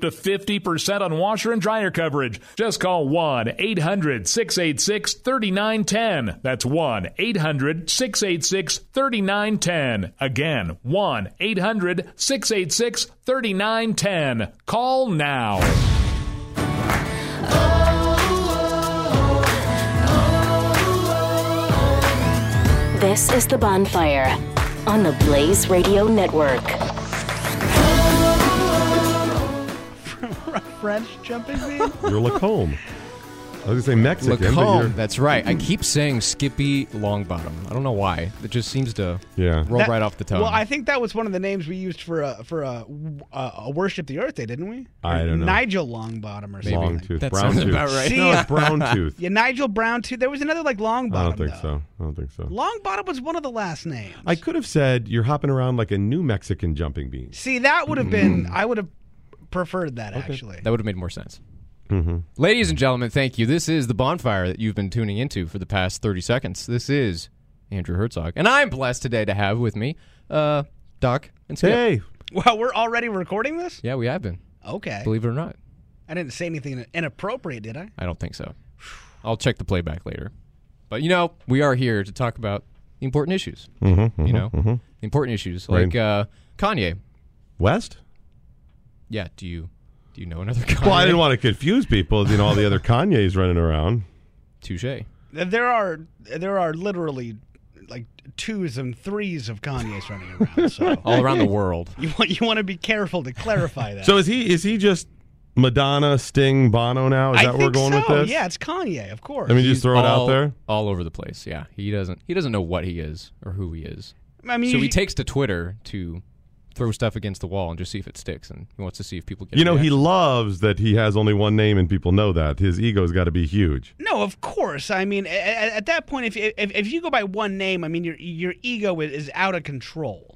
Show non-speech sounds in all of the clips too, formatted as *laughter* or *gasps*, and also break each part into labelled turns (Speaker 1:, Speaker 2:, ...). Speaker 1: to 50% on washer and dryer coverage. Just call 1 800 686 3910. That's 1 800 686 3910. Again, 1 800 686 3910. Call now.
Speaker 2: This is The Bonfire on the Blaze Radio Network.
Speaker 3: French jumping bean?
Speaker 4: You're Lacombe. I was going to say Mexican. but
Speaker 5: Lacombe,
Speaker 4: you're-
Speaker 5: that's right.
Speaker 4: Mm-hmm.
Speaker 5: I keep saying Skippy Longbottom. I don't know why. It just seems to
Speaker 4: Yeah.
Speaker 3: *laughs*
Speaker 5: roll
Speaker 3: That-
Speaker 5: right off the tongue.
Speaker 3: Well, I think that was one of the names we used for a for a, a, a worship the earth day, didn't we?
Speaker 4: I don't know.
Speaker 3: Nigel Longbottom or something.
Speaker 4: Long tooth.
Speaker 5: That
Speaker 4: brown
Speaker 5: sounds
Speaker 4: tooth. *laughs*
Speaker 5: about right.
Speaker 3: See
Speaker 4: No,
Speaker 3: ya.
Speaker 4: it's brown tooth.
Speaker 3: Yeah, Nigel Brown too. There was another like Longbottom.
Speaker 4: I don't think
Speaker 3: though.
Speaker 4: so. I don't think so.
Speaker 3: Longbottom was one of the last names.
Speaker 4: I could have said you're hopping around like a new Mexican jumping bean.
Speaker 3: See, that would have
Speaker 4: Mm.
Speaker 3: been. I would have preferred that actually.
Speaker 5: That would have made more sense.
Speaker 4: Mm-hmm.
Speaker 5: Ladies and gentlemen, thank you. This is the bonfire that you've been tuning into for the past 30 seconds. This is Andrew Herzog. And I'm blessed today to have with me uh, Doc and Skip.
Speaker 4: Hey,
Speaker 3: Well, we're already recording this.
Speaker 5: Yeah, we have been.
Speaker 3: Okay.
Speaker 5: Believe it or not.
Speaker 3: I didn't say anything inappropriate, did I?
Speaker 5: I don't think so. I'll check the playback later. But, you know, we are here to talk about the important issues.
Speaker 4: Mm-hmm,
Speaker 5: you know, the important issues like uh, Kanye.
Speaker 4: West.
Speaker 5: Yeah, do you do you know another *laughs* Kanye?
Speaker 4: Well, I didn't want to confuse people. You know, all the other Kanye's running around.
Speaker 5: Touche.
Speaker 3: There are there are literally like twos and threes of Kanye's running around. So
Speaker 5: *laughs* All around the world.
Speaker 3: you want you want to be careful to clarify that.
Speaker 4: So is he? Is he just Madonna, Sting, Bono now? Is
Speaker 3: I
Speaker 4: that
Speaker 3: think
Speaker 4: where we're going
Speaker 3: so.
Speaker 4: with this?
Speaker 3: Yeah, it's Kanye, of course.
Speaker 4: Let me just throw it out
Speaker 5: all-
Speaker 4: there.
Speaker 5: all over the place. Yeah, he doesn't. He doesn't know what he is or who he is.
Speaker 3: I mean,
Speaker 5: So he
Speaker 3: you-
Speaker 5: takes to Twitter to throw stuff against the wall and just see if it sticks, and he wants to see if people get.
Speaker 4: You know, he
Speaker 5: reactions.
Speaker 4: loves that he has only one name and people know that. His ego's got to be huge.
Speaker 3: No, of course. I mean, at, at that point, if, if if you go by one name, I mean, your your ego is, is out of control.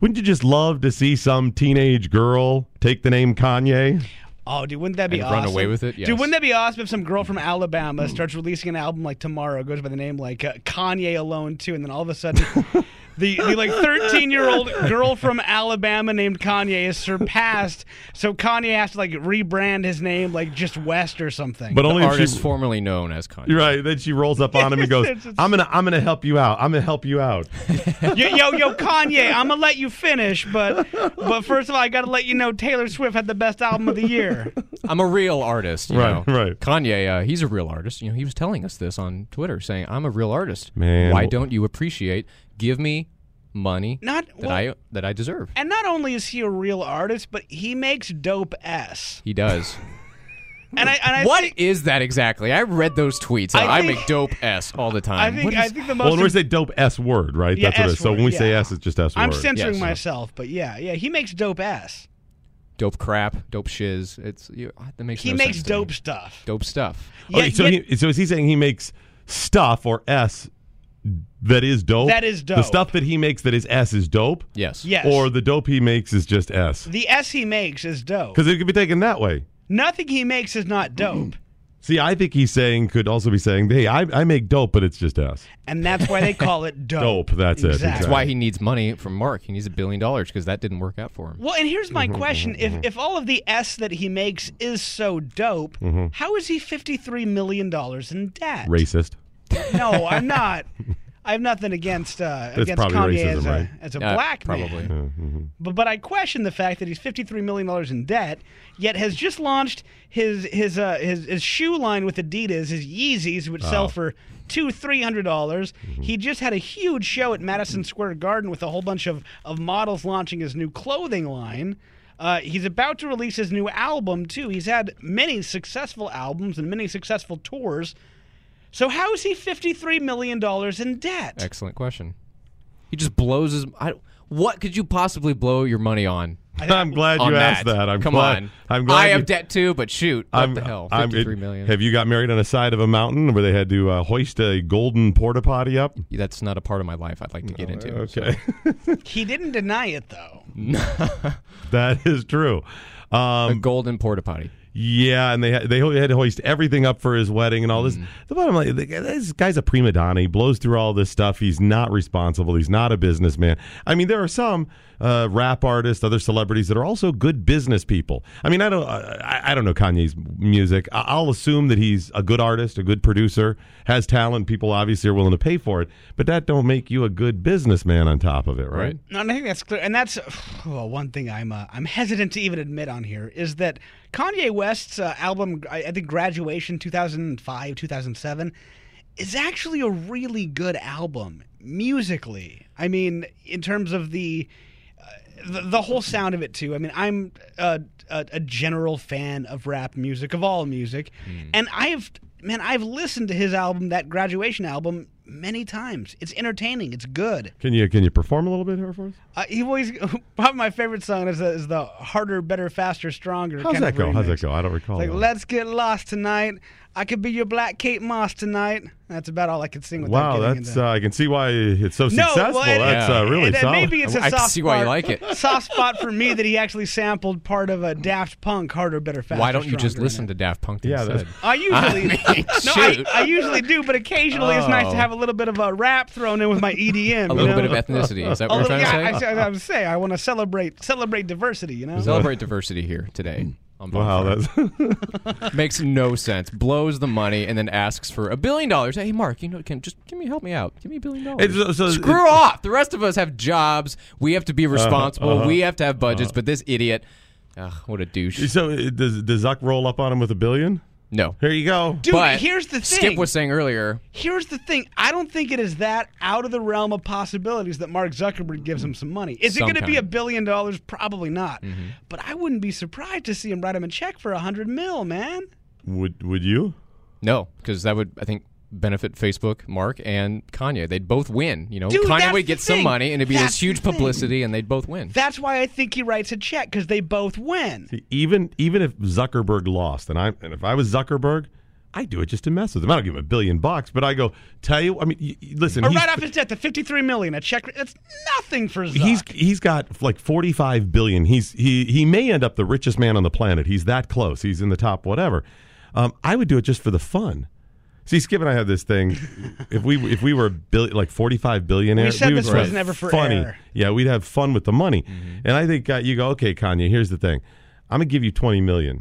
Speaker 4: Wouldn't you just love to see some teenage girl take the name Kanye?
Speaker 3: Oh, dude, wouldn't that be
Speaker 5: And
Speaker 3: awesome?
Speaker 5: run away with it, yes.
Speaker 3: dude. Wouldn't that be awesome if some girl from Alabama starts releasing an album like tomorrow, goes by the name like uh, Kanye Alone too, and then all of a
Speaker 4: *laughs*
Speaker 3: sudden, the, the like thirteen year old girl from Alabama named Kanye is surpassed. So Kanye has to like rebrand his name like just West or something.
Speaker 4: *laughs* But only
Speaker 5: the
Speaker 4: if
Speaker 5: artist
Speaker 4: she,
Speaker 5: formerly known as Kanye.
Speaker 4: You're right. Then she rolls up on him and
Speaker 3: *laughs*
Speaker 4: goes,
Speaker 3: It's just-
Speaker 4: "I'm gonna, I'm gonna help you out. I'm gonna help you out."
Speaker 3: yo, yo, yo, Kanye, I'm gonna let you finish, but but first of all, I gotta let you know Taylor Swift had the best album of the year.
Speaker 5: I'm a real artist. you
Speaker 4: Right,
Speaker 5: know.
Speaker 4: right.
Speaker 5: Kanye, uh, he's a real artist. You know, he was telling us this on Twitter, saying, "I'm a real artist.
Speaker 4: Man,
Speaker 5: why
Speaker 4: well-
Speaker 5: don't you appreciate? Give me money
Speaker 3: Not
Speaker 5: that
Speaker 3: well-
Speaker 5: I that I deserve."
Speaker 3: And not only is he a real artist, but he makes dope s.
Speaker 5: He does.
Speaker 3: And I and I
Speaker 5: What is
Speaker 3: think,
Speaker 5: that exactly? I read those tweets. I,
Speaker 3: I think-
Speaker 5: make dope s all the time.
Speaker 3: I think
Speaker 5: What is-
Speaker 3: I think *laughs* the most
Speaker 4: Well, when we say dope S word, right?
Speaker 3: Yeah,
Speaker 4: That's what it is. So
Speaker 3: S-word,
Speaker 4: when we say
Speaker 3: yeah.
Speaker 4: S, it's just S word.
Speaker 3: I'm censoring
Speaker 5: Yes.
Speaker 3: myself, but yeah, yeah, he makes dope s.
Speaker 5: dope crap, dope shiz. It's you, uh, that makes
Speaker 3: He
Speaker 5: no
Speaker 3: makes
Speaker 5: sense to me.
Speaker 3: dope stuff.
Speaker 5: dope stuff.
Speaker 3: Yeah,
Speaker 4: okay, Oh, so
Speaker 3: yeah.
Speaker 4: he, so is he saying he makes stuff or S that is dope?
Speaker 3: That is
Speaker 4: The
Speaker 3: dope.
Speaker 4: stuff that he makes that is S is dope,
Speaker 5: Yes.
Speaker 3: Yes.
Speaker 4: or the dope he makes is just S?
Speaker 3: the s he makes is dope.
Speaker 4: Because it could be taken that way.
Speaker 3: Nothing he makes is not dope.
Speaker 4: See, I think he's saying could also be saying, "Hey, I, I make dope, but it's just S."
Speaker 3: And that's why they call
Speaker 4: *laughs*
Speaker 3: it dope.
Speaker 4: Dope, that's it,
Speaker 3: Exactly.
Speaker 4: exactly.
Speaker 5: That's why he needs money from Mark. He needs a billion dollars because that didn't work out for him.
Speaker 3: Well, and here's
Speaker 4: Mm-hmm,
Speaker 3: my question: If if all of the S that he makes is so dope,
Speaker 4: Mm-hmm.
Speaker 3: how is he fifty three million dollars in debt?
Speaker 4: *laughs* Racist.
Speaker 3: No, I'm not. I have nothing against uh, against
Speaker 4: probably
Speaker 3: Kanye as
Speaker 4: racism,
Speaker 3: a,
Speaker 4: right?
Speaker 3: as a
Speaker 5: Yeah,
Speaker 3: black man.
Speaker 5: probably.
Speaker 3: But, but I question the fact that he's $53 million in debt, yet has just launched his his uh, his, his shoe line with Adidas, his Yeezys, which sell for two three hundred dollars. He just had a huge show at Madison Square Garden with a whole bunch of, of models launching his new clothing line. Uh, he's about to release his new album too. He's had many successful albums and many successful tours. So how is he fifty three million dollars in debt?
Speaker 5: Excellent question. He just blows his. I, what could you possibly blow your money on?
Speaker 4: *laughs* I'm glad
Speaker 5: on
Speaker 4: you asked that. I'm
Speaker 5: Come
Speaker 4: glad,
Speaker 5: on.
Speaker 4: I'm glad.
Speaker 5: I
Speaker 4: you-
Speaker 5: have debt too, but shoot. What
Speaker 4: I'm-
Speaker 5: the hell?
Speaker 4: I'm-
Speaker 5: Fifty-three million.
Speaker 4: Have you got married on the side of a mountain where they had to uh, hoist a golden porta potty up?
Speaker 5: That's not a part of my life I'd like to get into.
Speaker 4: Okay. *laughs*
Speaker 3: He didn't deny it though.
Speaker 4: that is true.
Speaker 5: A
Speaker 4: Um,
Speaker 5: golden porta potty.
Speaker 4: yeah, and they had, they had to hoist everything up for his wedding and all this. The bottom line, the guy- this guy's a prima donna. He blows through all this stuff. He's not responsible. He's not a businessman. I mean, there are some uh, rap artists, other celebrities that are also good business people. I mean, I don't, uh, I, I don't know Kanye's music. I- I'll assume that he's a good artist, a good producer, has talent. People obviously are willing to pay for it, but that don't make you a good businessman on top of it, right?
Speaker 5: Right.
Speaker 3: No, and I think that's clear, and that's oh, one thing I'm uh, I'm hesitant to even admit on here is that Kanye West's uh, album, I, I think Graduation, 2005, 2007, is actually a really good album musically. I mean, in terms of the uh, the, the whole sound of it too. I mean, I'm a, a, a general fan of rap music, of all music, and I've man, I've listened to his album, that graduation album, many times. It's entertaining. It's good.
Speaker 4: Can you can you perform a little bit here for us?
Speaker 3: Uh, he always *laughs* probably my favorite song is the, is the harder, better, faster, stronger.
Speaker 4: How's
Speaker 3: kind
Speaker 4: that
Speaker 3: of
Speaker 4: go? How's that
Speaker 3: remix.
Speaker 4: go? I don't
Speaker 3: It's
Speaker 4: recall.
Speaker 3: like
Speaker 4: that.
Speaker 3: let's get lost tonight. I could be your black Kate Moss tonight. That's about all I could sing. Without
Speaker 4: Wow,
Speaker 3: getting
Speaker 4: that's
Speaker 3: into-
Speaker 4: uh, I can see why it's so
Speaker 3: no,
Speaker 4: successful.
Speaker 3: well, it-
Speaker 4: that's uh,
Speaker 3: it-
Speaker 4: really
Speaker 3: it-
Speaker 4: solid.
Speaker 3: Maybe it's a
Speaker 5: I
Speaker 3: soft
Speaker 5: can see why you
Speaker 3: spot-
Speaker 5: like
Speaker 3: *laughs*
Speaker 5: it.
Speaker 3: soft spot for me that he actually sampled part of a Daft Punk harder, better, faster.
Speaker 5: Why don't you just
Speaker 3: stronger in
Speaker 5: listen
Speaker 3: it.
Speaker 5: to Daft Punk
Speaker 4: Yeah,
Speaker 5: instead?
Speaker 4: that's-
Speaker 3: I
Speaker 5: *laughs*
Speaker 3: usually *laughs* no, I,
Speaker 5: shoot.
Speaker 3: I usually do, but occasionally it's nice
Speaker 5: Oh.
Speaker 3: to have a little bit of a rap thrown in with my EDM.
Speaker 5: A
Speaker 3: you
Speaker 5: little bit
Speaker 3: know?
Speaker 5: of ethnicity. Is that
Speaker 3: A
Speaker 5: what you're
Speaker 3: little- Oh,
Speaker 5: trying
Speaker 3: yeah,
Speaker 5: to say?
Speaker 3: I, I, I would say I want to celebrate celebrate diversity. You know,
Speaker 5: Celebrate diversity here
Speaker 3: Mm.
Speaker 5: today. on
Speaker 4: wow,
Speaker 5: Bonfire.
Speaker 4: that's
Speaker 5: makes no sense. Blows the money and then asks for a billion dollars. Hey, Mark, you know, can just give me help me out. Give me a billion dollars.
Speaker 4: It's- so-
Speaker 5: Screw off. The rest of us have jobs. We have to
Speaker 3: Uh-huh,
Speaker 5: be responsible. We have to have budgets. But this idiot, ugh, what
Speaker 3: *laughs*
Speaker 5: a douche.
Speaker 4: so. uh, Does does Zuck roll up on him with a billion?
Speaker 5: No.
Speaker 4: Here you go.
Speaker 3: dude.
Speaker 5: But
Speaker 3: here's the thing.
Speaker 5: Skip was saying earlier.
Speaker 3: Here's the thing. I don't think it is that out of the realm of possibilities that Mark Zuckerberg gives him some money. Is it
Speaker 5: Some
Speaker 3: going to be a
Speaker 5: kind. Mm-hmm.
Speaker 3: billion dollars? Probably not. But I wouldn't be surprised to see him write him a check for a hundred mil, man.
Speaker 4: Would would you?
Speaker 5: No, because that would I think benefit Facebook, Mark, and Kanye. They'd both win. You know,
Speaker 3: Dude, that's
Speaker 5: Kanye
Speaker 3: the
Speaker 5: would get
Speaker 3: thing.
Speaker 5: some money, and it'd be
Speaker 3: That's
Speaker 5: this
Speaker 3: the
Speaker 5: huge
Speaker 3: thing.
Speaker 5: publicity, and they'd both win.
Speaker 3: That's why I think he writes a check because they both win.
Speaker 4: Even even if Zuckerberg lost, and I and if I was Zuckerberg, I'd do it just to mess with him. I don't give him a billion bucks, but I go tell you. I mean, y- y- listen,
Speaker 3: Or
Speaker 4: he's-
Speaker 3: right off his debt, the fifty-three million, a check. That's nothing for Zuck.
Speaker 4: he's he's got like 45 billion he's he he may end up the richest man on the planet he's that close he's in the top whatever um, i would do it just for the fun see skip and i have this thing if we if we were a bill, like 45 billionaire
Speaker 3: We said
Speaker 4: would
Speaker 3: this
Speaker 4: just
Speaker 3: was
Speaker 4: have
Speaker 3: never for
Speaker 4: funny
Speaker 3: air. Mm-hmm.
Speaker 4: yeah we'd have fun with the money and i think uh, you go okay kanye here's the thing i'm gonna give you 20 million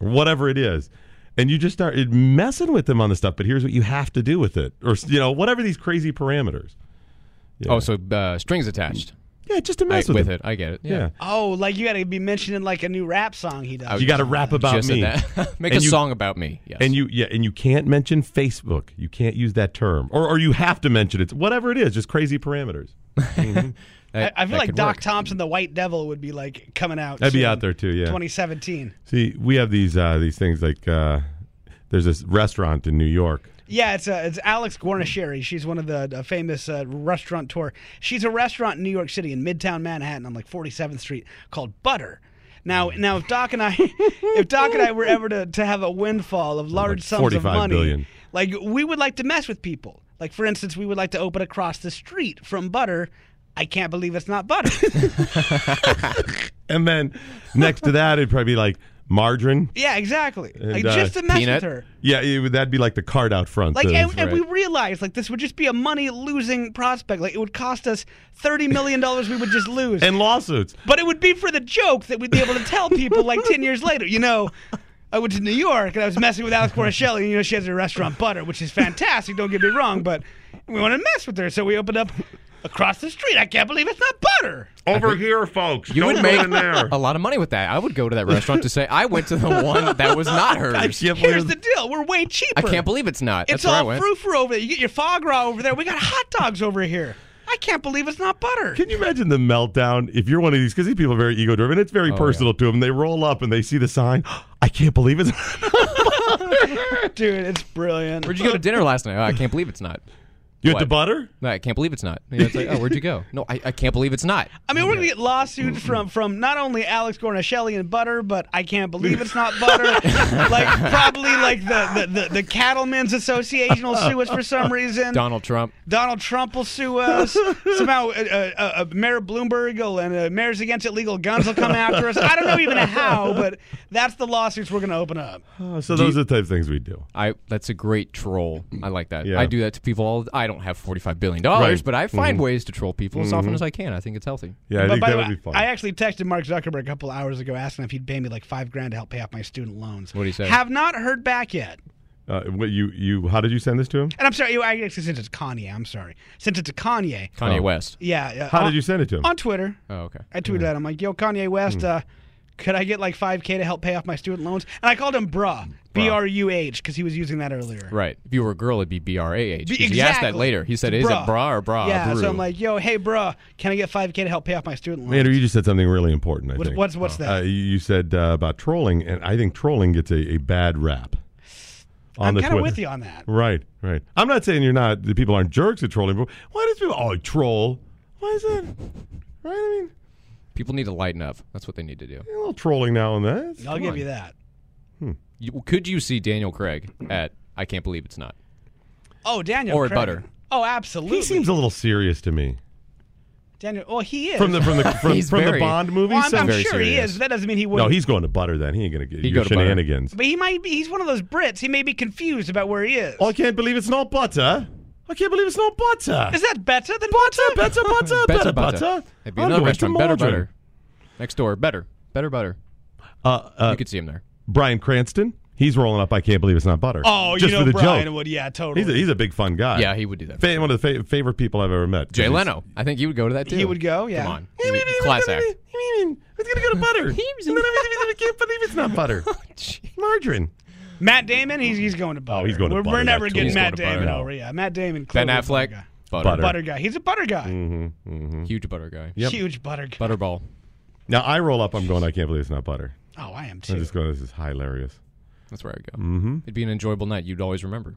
Speaker 4: or whatever it is. And you just start messing with them on the stuff, but here's what you have to do with it, or you know, whatever these crazy parameters.
Speaker 5: Oh, so uh, strings attached
Speaker 4: Yeah, just to
Speaker 5: I,
Speaker 4: mess
Speaker 5: with,
Speaker 4: them.
Speaker 5: it. I get it. Yeah.
Speaker 4: Yeah,
Speaker 3: oh, like you got to be mentioning like a new rap song he does.
Speaker 4: you got to rap about
Speaker 5: Just
Speaker 4: me.
Speaker 5: said that. *laughs* Make
Speaker 4: And
Speaker 5: a
Speaker 4: you-
Speaker 5: song about me. Yes.
Speaker 4: And you yeah, and you can't mention Facebook. You can't use that term, or or you have to mention it. Whatever it is, just crazy parameters.
Speaker 3: I, I feel
Speaker 5: that
Speaker 3: like
Speaker 5: could
Speaker 3: Doc
Speaker 5: work.
Speaker 3: Thompson, the White Devil, would be like coming out.
Speaker 4: That'd be
Speaker 3: soon,
Speaker 4: out there too, yeah.
Speaker 3: 2017.
Speaker 4: See, we have these uh, these things like uh, there's this restaurant in New York.
Speaker 3: Yeah, it's uh, it's Alex Guarnasheri. She's one of the uh, famous uh, restaurant tour. She's a restaurant in New York City in Midtown Manhattan on like 47th Street called Butter. Now,
Speaker 4: Mm.
Speaker 3: now if Doc and I, *laughs* if Doc and I were ever to, to have a windfall of large sums of
Speaker 4: 45
Speaker 3: money,
Speaker 4: billion.
Speaker 3: like we would like to mess with people. Like for instance, we would like to open across the street from Butter. I can't believe it's not
Speaker 4: *laughs*
Speaker 3: Butter.
Speaker 4: And then next to that, it'd probably be like margarine.
Speaker 3: yeah, exactly. like
Speaker 4: uh,
Speaker 3: just to mess
Speaker 5: peanut.
Speaker 3: with her.
Speaker 4: Yeah, it, would- that'd be like the cart out front. Uh,
Speaker 3: Like,
Speaker 4: the-
Speaker 3: and, and we realized like this would just be a money losing prospect. Like it would cost us thirty million dollars. We would just lose.
Speaker 4: and lawsuits.
Speaker 3: but it would be for the joke that we'd be able to tell people like ten years later. You know, I went to New York and I was messing with Alex Porrichelli. And, you know, she has her restaurant Butter, which is fantastic. Don't get me wrong, but we want to mess with her, so we opened up across the street. I can't believe it's not Butter.
Speaker 4: Over here, folks.
Speaker 5: You
Speaker 4: Don't
Speaker 5: would
Speaker 4: go
Speaker 5: make
Speaker 4: in there.
Speaker 5: a lot of money with that. I would go to that restaurant to say I went to the one that
Speaker 4: *laughs*
Speaker 5: was not hers.
Speaker 4: can't
Speaker 3: Here's
Speaker 4: believe-
Speaker 3: the deal: we're way cheaper.
Speaker 5: I can't believe it's not.
Speaker 3: It's
Speaker 5: That's where I
Speaker 3: all
Speaker 5: went.
Speaker 3: frou frou over there. You get your foie gras over there. We got hot dogs over here. I can't believe it's not
Speaker 5: *laughs*
Speaker 3: butter.
Speaker 4: Can you imagine the meltdown if you're one of these? Because these people are very ego driven. It's very
Speaker 3: Oh,
Speaker 4: personal to them. They roll up and they see the sign. *gasps* I can't believe it.
Speaker 3: Dude, it's brilliant.
Speaker 5: Where'd you go to dinner last night? Oh, I can't believe it's not.
Speaker 4: *laughs* you at the
Speaker 5: What?
Speaker 4: butter?
Speaker 5: No, I can't believe it's not. You know, it's like, oh, where'd you go? No, I, I can't believe it's not.
Speaker 3: I mean, we're gonna get lawsuits
Speaker 4: Mm-hmm.
Speaker 3: from from not only Alex Gornashelli and Butter, but I can't believe it's
Speaker 4: *laughs*
Speaker 3: not Butter. like probably like the the, the the Cattlemen's Association will sue us for some reason.
Speaker 5: Donald Trump.
Speaker 3: Donald Trump will sue us. Somehow, uh, uh, uh, Mayor Bloomberg will, and uh, Mayors Against Illegal Guns will come after us. I don't know even how, but that's the lawsuits we're gonna open up.
Speaker 4: Oh, so those are the type of things we do.
Speaker 5: I that's a great troll. I like that.
Speaker 4: Yeah.
Speaker 5: I do that to people. All, I don't have forty five billion dollars,
Speaker 4: Right.
Speaker 5: but I
Speaker 3: Mm-hmm.
Speaker 5: find ways to troll people as often as I can. I think it's healthy.
Speaker 4: Yeah, I
Speaker 3: But
Speaker 4: think
Speaker 3: by
Speaker 4: that
Speaker 3: the
Speaker 4: would
Speaker 3: way,
Speaker 4: be fun.
Speaker 3: I actually texted Mark Zuckerberg a couple hours ago asking if he'd pay me like five grand to help pay off my student loans.
Speaker 5: What'd he say?
Speaker 3: Have not heard back yet.
Speaker 4: uh, what you you? How did you send this to him?
Speaker 3: And I'm sorry, you- I actually sent it to Kanye. I'm sorry. Sent it to Kanye.
Speaker 5: Kanye
Speaker 4: Oh.
Speaker 5: West.
Speaker 3: Yeah. uh,
Speaker 4: How
Speaker 3: on,
Speaker 4: did you send it to him?
Speaker 3: On Twitter.
Speaker 5: Oh, okay.
Speaker 3: I tweeted at him like, yo, Kanye West, uh, could I get like 5K to help pay off my student loans? And I called him bruh, B R U H, because he was using that earlier.
Speaker 5: Right. If you were a girl, it'd be B R A H.
Speaker 3: B-
Speaker 5: He asked that
Speaker 3: exactly.
Speaker 5: later. He said,
Speaker 3: It's
Speaker 5: "Is it bra or bra?"
Speaker 3: Yeah,
Speaker 5: brew?
Speaker 3: so I'm like, yo, hey, bruh, can I get 5K to help pay off my student loans?
Speaker 4: Andrew, you just said something really important. I
Speaker 3: What-
Speaker 4: think.
Speaker 3: what's- what's
Speaker 4: Uh,
Speaker 3: that?
Speaker 4: you- you said uh, about trolling, and I think trolling gets a, a bad rap. On
Speaker 3: I'm
Speaker 4: the
Speaker 3: kind of
Speaker 4: Twitter.
Speaker 3: with you on that.
Speaker 4: Right, right. I'm not saying you're not. The people aren't jerks at trolling, but why does people? Oh, troll. Why is that? Right. I mean,
Speaker 5: people need to lighten up. That's what they need to do.
Speaker 4: a little trolling now and then. It's-
Speaker 3: I'll give
Speaker 5: on.
Speaker 3: you that.
Speaker 5: You, could you see Daniel Craig at? I can't believe it's not.
Speaker 3: Oh, Daniel.
Speaker 5: Or
Speaker 3: Craig.
Speaker 5: butter.
Speaker 3: Oh, absolutely.
Speaker 4: He seems a little serious to me.
Speaker 3: Daniel. Well, he is.
Speaker 4: From the
Speaker 5: *laughs*
Speaker 4: from the from,
Speaker 5: He's
Speaker 4: from the
Speaker 5: very-
Speaker 4: Bond movies.
Speaker 3: well, I'm, I'm
Speaker 5: very
Speaker 3: sure he
Speaker 5: serious.
Speaker 3: is. That doesn't mean he wouldn't.
Speaker 4: no, he's going to butter. Then he ain't going to get
Speaker 5: He'd
Speaker 4: your
Speaker 5: go to butter.
Speaker 4: shenanigans.
Speaker 3: But he might be. He's one of those Brits. He may be confused about where he is.
Speaker 4: Oh, I can't believe it's not butter. I can't believe it's not butter.
Speaker 3: Is that better than
Speaker 4: butter? Better
Speaker 5: *laughs*
Speaker 4: butter. better
Speaker 5: butter.
Speaker 4: butter.
Speaker 5: It'd be
Speaker 4: I'm
Speaker 5: another
Speaker 4: going to
Speaker 5: restaurant. Better
Speaker 4: Maldron.
Speaker 5: butter. Next door. Better. Better butter.
Speaker 4: Uh, uh,
Speaker 5: you could see him there.
Speaker 4: Brian Cranston. He's rolling up. I can't believe it's not butter.
Speaker 3: Oh,
Speaker 4: just
Speaker 3: you
Speaker 4: for
Speaker 3: know
Speaker 4: the
Speaker 3: Brian
Speaker 4: joke.
Speaker 3: would. Yeah, totally.
Speaker 4: He's a, he's a big fun guy.
Speaker 5: Yeah, he would do that.
Speaker 4: Fa- one of the fa- favorite people I've ever met.
Speaker 5: Jay
Speaker 4: He's-
Speaker 5: Leno. I think he would go to that too.
Speaker 3: he would go. Yeah.
Speaker 5: Come on.
Speaker 3: *laughs*
Speaker 5: Class act.
Speaker 4: It's gonna go to
Speaker 5: *laughs*
Speaker 4: butter. And then I can't believe it's not butter.
Speaker 5: Oh,
Speaker 4: Margarine.
Speaker 3: Matt Damon. He's he's going to butter.
Speaker 4: Oh, he's going to
Speaker 3: we're,
Speaker 4: butter,
Speaker 3: We're never
Speaker 4: that's
Speaker 3: getting
Speaker 4: cool.
Speaker 3: Matt
Speaker 5: He's going to
Speaker 3: Damon
Speaker 5: butter.
Speaker 3: over. Yeah, Matt Damon.
Speaker 5: Ben
Speaker 3: clearly a
Speaker 5: Affleck.
Speaker 3: Butter.
Speaker 5: Butter.
Speaker 3: guy. Butter guy. He's a butter guy.
Speaker 4: Mm,
Speaker 5: Huge butter guy.
Speaker 3: Huge butter guy.
Speaker 5: Butterball.
Speaker 4: Now I roll up. I'm going. I can't believe it's not butter.
Speaker 3: Oh, I am
Speaker 4: I
Speaker 3: too.
Speaker 4: just go. This is hilarious.
Speaker 5: That's where I'd go. Mm-hmm. It'd be an enjoyable night. You'd always remember.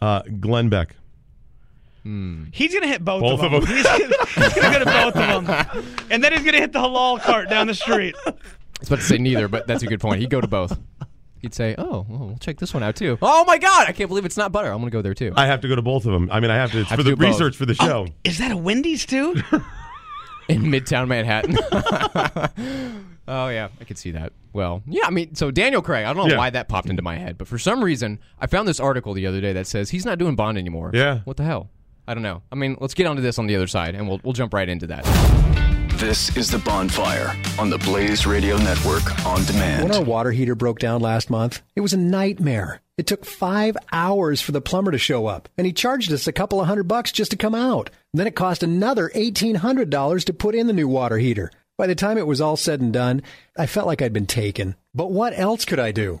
Speaker 4: Uh, Glenn Beck.
Speaker 3: He's gonna hit both,
Speaker 4: Both
Speaker 3: of them.
Speaker 4: of them.
Speaker 3: he's, gonna,
Speaker 4: *laughs*
Speaker 3: he's gonna go to both of them, and then he's gonna hit the halal cart down the street.
Speaker 5: I was about to say neither, but that's a good point. He'd go to both. He'd say, "Oh, well, we'll check this one out too." Oh my God, I can't believe it's not butter. I'm gonna go there too.
Speaker 4: I have to go to both of them. I mean, I have to. It's
Speaker 5: Have
Speaker 4: for
Speaker 5: to
Speaker 4: the
Speaker 5: do both. Oh,
Speaker 4: research for the show.
Speaker 3: Is that a Wendy's too?
Speaker 5: in Midtown Manhattan. *laughs* oh yeah, I could see that. Well, yeah, I mean, so Daniel Craig. I don't know
Speaker 4: Yeah.
Speaker 5: why that popped into my head, but for some reason, I found this article the other day that says he's not doing Bond anymore.
Speaker 4: Yeah.
Speaker 5: What the hell? I don't know. I mean, let's get onto this on the other side, and we'll we'll jump right into that.
Speaker 6: This is The Bonfire on the Blaze Radio Network on
Speaker 7: When our
Speaker 6: demand.
Speaker 7: water heater broke down last month, it was a nightmare. It took five hours for the plumber to show up, and he charged us a couple of hundred bucks just to come out. then it cost another $1,800 to put in the new water heater. By the time it was all said and done, I felt like I'd been taken. But what else could I do?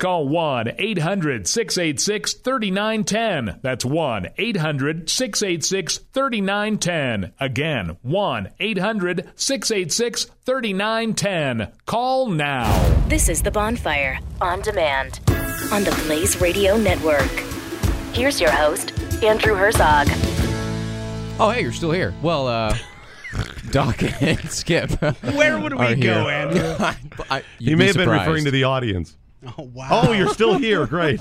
Speaker 1: call 1 800 686 3910. That's 1 800 686 3910. Again, 1 800 686 3910. Call now.
Speaker 2: This is The Bonfire on demand on the Blaze Radio Network. Here's your host, Andrew Herzog.
Speaker 5: Oh hey, you're still here. Well, uh, *laughs* Doc and Skip.
Speaker 3: Where would we
Speaker 5: are
Speaker 3: go,
Speaker 5: here.
Speaker 3: Andrew?
Speaker 5: *laughs* I- I- you'd
Speaker 4: He
Speaker 5: be
Speaker 4: may have been
Speaker 5: surprised.
Speaker 4: referring to the audience.
Speaker 3: Oh wow.
Speaker 4: Oh, you're still here.
Speaker 5: *laughs*
Speaker 4: Great.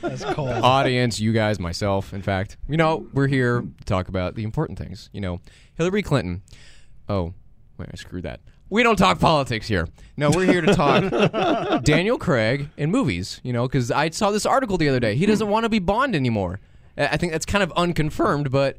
Speaker 3: that's cold.
Speaker 5: audience, you guys, myself, in fact. You know, we're here to talk about the important things. You know, Hillary Clinton. Oh, wait, I screwed that. We don't talk politics here. No, we're here
Speaker 3: *laughs*
Speaker 5: to talk Daniel Craig and movies, you know, because I saw this article the other day. He doesn't want to be Bond anymore. I I think that's kind of unconfirmed, but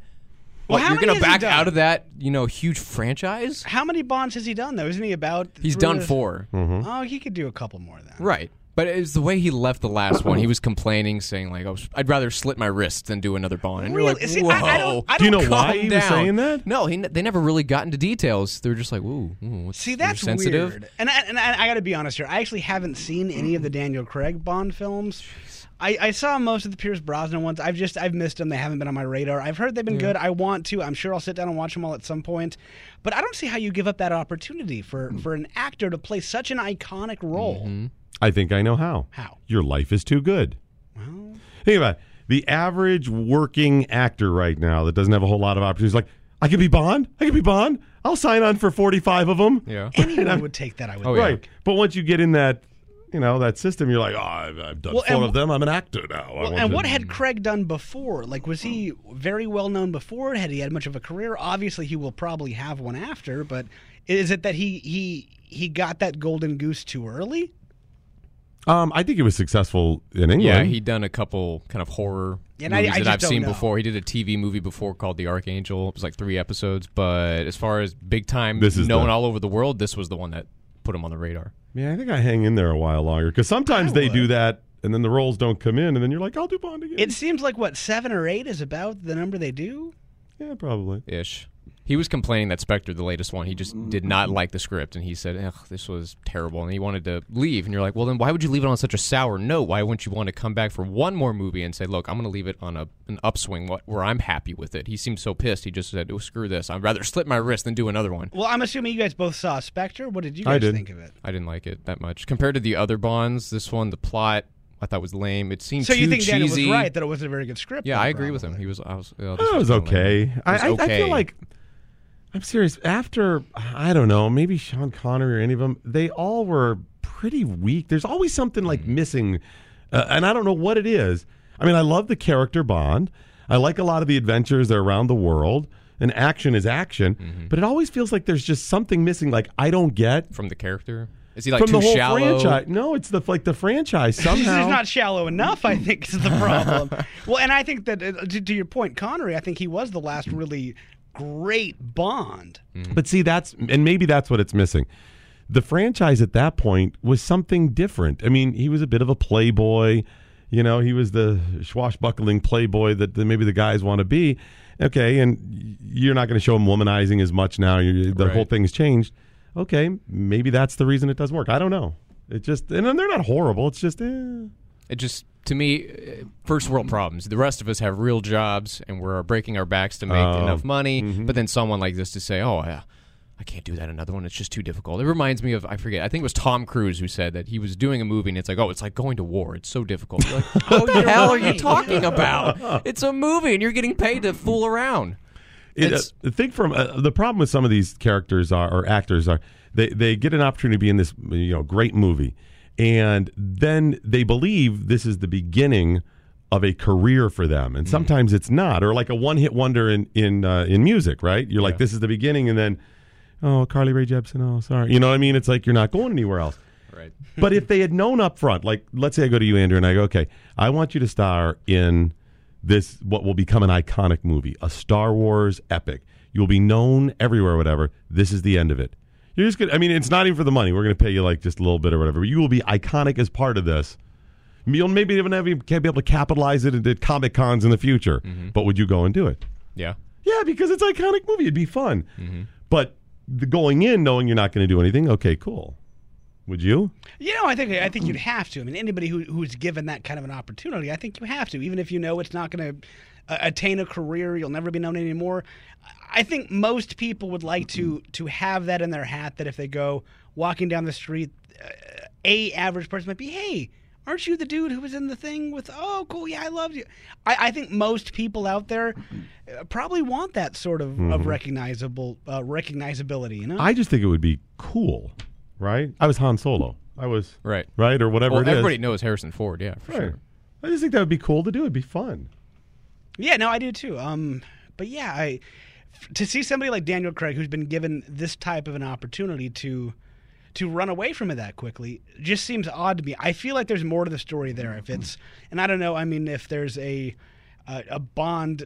Speaker 3: Well,
Speaker 5: what,
Speaker 3: how
Speaker 5: you're
Speaker 3: many
Speaker 5: going
Speaker 3: has
Speaker 5: to
Speaker 3: he
Speaker 5: back
Speaker 3: done?
Speaker 5: out of that, you know, huge franchise?
Speaker 3: How many bonds has he done though? Isn't he about?
Speaker 5: He's
Speaker 3: through
Speaker 5: done
Speaker 3: this-
Speaker 5: four.
Speaker 3: Oh, he could do a couple more then.
Speaker 5: Right. But it was the way he left the last one. He was complaining, saying, like, oh, I'd rather slit my wrist than do another Bond. And you're
Speaker 3: Really?
Speaker 5: like,
Speaker 3: See,
Speaker 5: whoa.
Speaker 3: I- I don't- I
Speaker 4: Do you know
Speaker 3: don't
Speaker 5: Calm
Speaker 4: why he was
Speaker 5: down.
Speaker 4: saying that?
Speaker 5: No, he, they never really got into details. They were just like, ooh, ooh what's-
Speaker 3: See,
Speaker 5: you're
Speaker 3: that's
Speaker 5: sensitive.
Speaker 3: weird. And I, and I, I got to be honest here. I actually haven't seen any of the Daniel Craig Bond films. I, I saw most of the Pierce Brosnan ones. I've just I've missed them. They haven't been on my radar. I've heard they've been good. I want to. I'm sure I'll sit down and watch them all at some point. But I don't see how you give up that opportunity for for an actor to play such an iconic role.
Speaker 5: Mm-hmm.
Speaker 4: I think I know how.
Speaker 3: How?
Speaker 4: Your life is too good.
Speaker 3: Well,
Speaker 4: Think about it. The average working actor right now that doesn't have a whole lot of opportunities, like, I could be Bond. I could be Bond. I'll sign on for 45 of them. *laughs*
Speaker 5: Yeah.
Speaker 3: anyone would take that. I would.
Speaker 5: Oh,
Speaker 3: think.
Speaker 5: yeah.
Speaker 4: Right. But once you get in that, you know, that system, you're like, oh, I've, I've done
Speaker 3: Well,
Speaker 4: four
Speaker 3: and-
Speaker 4: of them. I'm an actor now. I
Speaker 3: Well,
Speaker 4: want
Speaker 3: and
Speaker 4: to-
Speaker 3: what had Craig done before? Like, was he very well known before? Had he had much of a career? Obviously, he will probably have one after. But is it that he he he got that golden goose too early?
Speaker 4: Um, I think he was successful in England.
Speaker 5: Yeah, he'd done a couple kind of horror
Speaker 3: And I-
Speaker 5: movies
Speaker 3: I
Speaker 5: that
Speaker 3: just
Speaker 5: I've
Speaker 3: don't
Speaker 5: seen
Speaker 3: know.
Speaker 5: before. He did a TV movie before called The Archangel. It was like three episodes. But as far as big time
Speaker 4: This is
Speaker 5: known
Speaker 4: the-
Speaker 5: all over the world, this was the one that put him on the radar.
Speaker 4: Yeah, I think I hang in there a while longer because sometimes
Speaker 3: I
Speaker 4: they
Speaker 3: would.
Speaker 4: do that, and then the roles don't come in, and then you're like, I'll do Bond again.
Speaker 3: It seems like what seven or eight is about the number they do.
Speaker 4: yeah, probably.
Speaker 5: Ish. He was complaining that Spectre, the latest one, he just did not like the script, and he said, Ugh, "This was terrible," and he wanted to leave. And you're like, "Well, then why would you leave it on such a sour note? Why wouldn't you want to come back for one more movie and say, look, I'm going to leave it on a, an upswing wh- where I'm happy with it?'" He seemed so pissed. He just said, oh, "Screw this! I'd rather slit my wrist than do another one."
Speaker 3: Well, I'm assuming you guys both saw Spectre. What did you
Speaker 4: I
Speaker 3: guys
Speaker 4: did.
Speaker 3: think of it?
Speaker 5: I didn't like it that much compared to the other Bonds. This one, the plot, I thought was lame. It seemed
Speaker 3: So you
Speaker 5: too
Speaker 3: think Daniel was
Speaker 5: cheesy.
Speaker 3: right that it wasn't a very good script?
Speaker 5: Yeah,
Speaker 3: though,
Speaker 5: I agree with him.
Speaker 3: probably.
Speaker 5: He was. I was. Oh, this
Speaker 4: It was
Speaker 5: kinda lame.
Speaker 4: okay.
Speaker 5: It was
Speaker 4: I, I, I
Speaker 5: okay.
Speaker 4: feel like I'm serious. After I don't know, maybe Sean Connery or any of them, they all were pretty weak. There's always something
Speaker 5: Mm.
Speaker 4: like missing, uh, and I don't know what it is. I mean, I love the character Bond. I like a lot of the adventures that are around the world, and action is action.
Speaker 5: Mm-hmm.
Speaker 4: But it always feels like there's just something missing. Like I don't get
Speaker 5: from the character. Is he like
Speaker 4: from
Speaker 5: too
Speaker 4: the whole
Speaker 5: shallow?
Speaker 4: franchise. No, it's the like the
Speaker 5: *laughs*
Speaker 4: franchise
Speaker 3: He's
Speaker 4: somehow.
Speaker 3: just not shallow enough, I think,
Speaker 4: *laughs*
Speaker 3: is the problem. well, and I think that, uh, to, to your point, Connery, I think he was the last really great Bond.
Speaker 4: But see, that's and maybe that's what it's missing. The franchise at that point was something different. I mean, he was a bit of a playboy. You know, he was the swashbuckling playboy that, that maybe the guys want to be. Okay, and y- you're not going to show him womanizing as much now. You, the whole
Speaker 5: Right.
Speaker 4: thing's changed. Okay, maybe that's the reason it doesn't work. I don't know. It just and they're not horrible. It's just eh.
Speaker 5: It just to me, uh, first world problems. The rest of us have real jobs, and we're breaking our backs to make
Speaker 4: Oh,
Speaker 5: enough money. But then someone like this to say, "Oh, yeah, I can't do that. Another one. It's just too difficult." It reminds me of I forget. I think it was Tom Cruise who said that he was doing a movie, and it's like, "Oh, it's like going to war. It's so difficult." You're *laughs* like, "Oh, what the hell are you talking about? It's a movie, and you're getting paid to fool around.
Speaker 4: It, uh,
Speaker 5: It's-
Speaker 4: the thing from uh, the problem with some of these characters are or actors are they they get an opportunity to be in this you know great movie, and then they believe this is the beginning of a career for them,
Speaker 5: Mm-hmm.
Speaker 4: and sometimes it's not, or like a one hit wonder in in uh, in music, right? You're like this is the beginning, and then oh Carly Rae Jepsen, oh sorry, you know what I mean? It's like you're not going anywhere else.
Speaker 5: Right.
Speaker 4: But if they had known up front, like let's say I go to you, Andrew, and I go, okay, I want you to star in this what will become an iconic movie, a Star Wars epic. You'll be known everywhere, whatever. This is the end of it. You're just gonna I mean, it's not even for the money. We're gonna pay you like just a little bit or whatever, but you will be iconic as part of this. You'll maybe even have, can't be able to capitalize it at Comic Cons in the future.
Speaker 5: Mm-hmm.
Speaker 4: But would you go and do it?
Speaker 5: Yeah.
Speaker 4: Yeah, because it's an iconic movie. It'd be fun.
Speaker 5: Mm-hmm.
Speaker 4: But the going in, knowing you're not going to do anything, okay, cool. Would you?
Speaker 3: You know, I think I think you'd have to. I mean, anybody who, who's given that kind of an opportunity, I think you have to, even if you know it's not going to uh, attain a career, you'll never be known anymore. I think most people would like to to have that in their hat that if they go walking down the street, uh, a average person might be, hey. Aren't you the dude who was in the thing with? Oh, cool! Yeah, I loved you. I, I think most people out there uh, probably want that sort of, of recognizable uh, recognizability. You know,
Speaker 4: I just think it would be cool, right? I was Han Solo. I was
Speaker 5: Right.
Speaker 4: right or whatever
Speaker 5: Well,
Speaker 4: it is.
Speaker 5: everybody knows Harrison Ford, yeah, for
Speaker 4: Right.
Speaker 5: sure.
Speaker 4: I just think that would be cool to do. It'd be fun.
Speaker 3: Yeah, no, I do too. Um, but yeah, I f- to see somebody like Daniel Craig who's been given this type of an opportunity to to run away from it that quickly just seems odd to me. I feel like there's more to the story there. If it's and I don't know, I mean, if there's a a, a Bond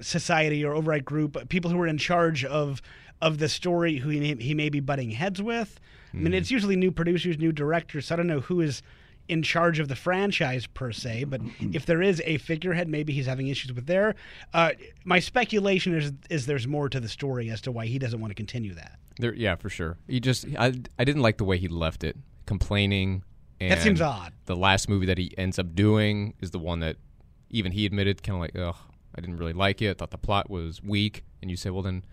Speaker 3: society or override group, people who are in charge of of the story who he may, he may be butting heads with. I mean, it's usually new producers, new directors. So I don't know who is in charge of the franchise per se, but if there is a figurehead, maybe he's having issues with there. Uh, my speculation is is there's more to the story as to why he doesn't want to continue that.
Speaker 5: There, yeah, for sure. He just I, I didn't like the way he left it, complaining. And
Speaker 3: That seems odd.
Speaker 5: The last movie that he ends up doing is the one that even he admitted, kind of like, ugh, I didn't really like it. I thought the plot was weak. And you say, well then,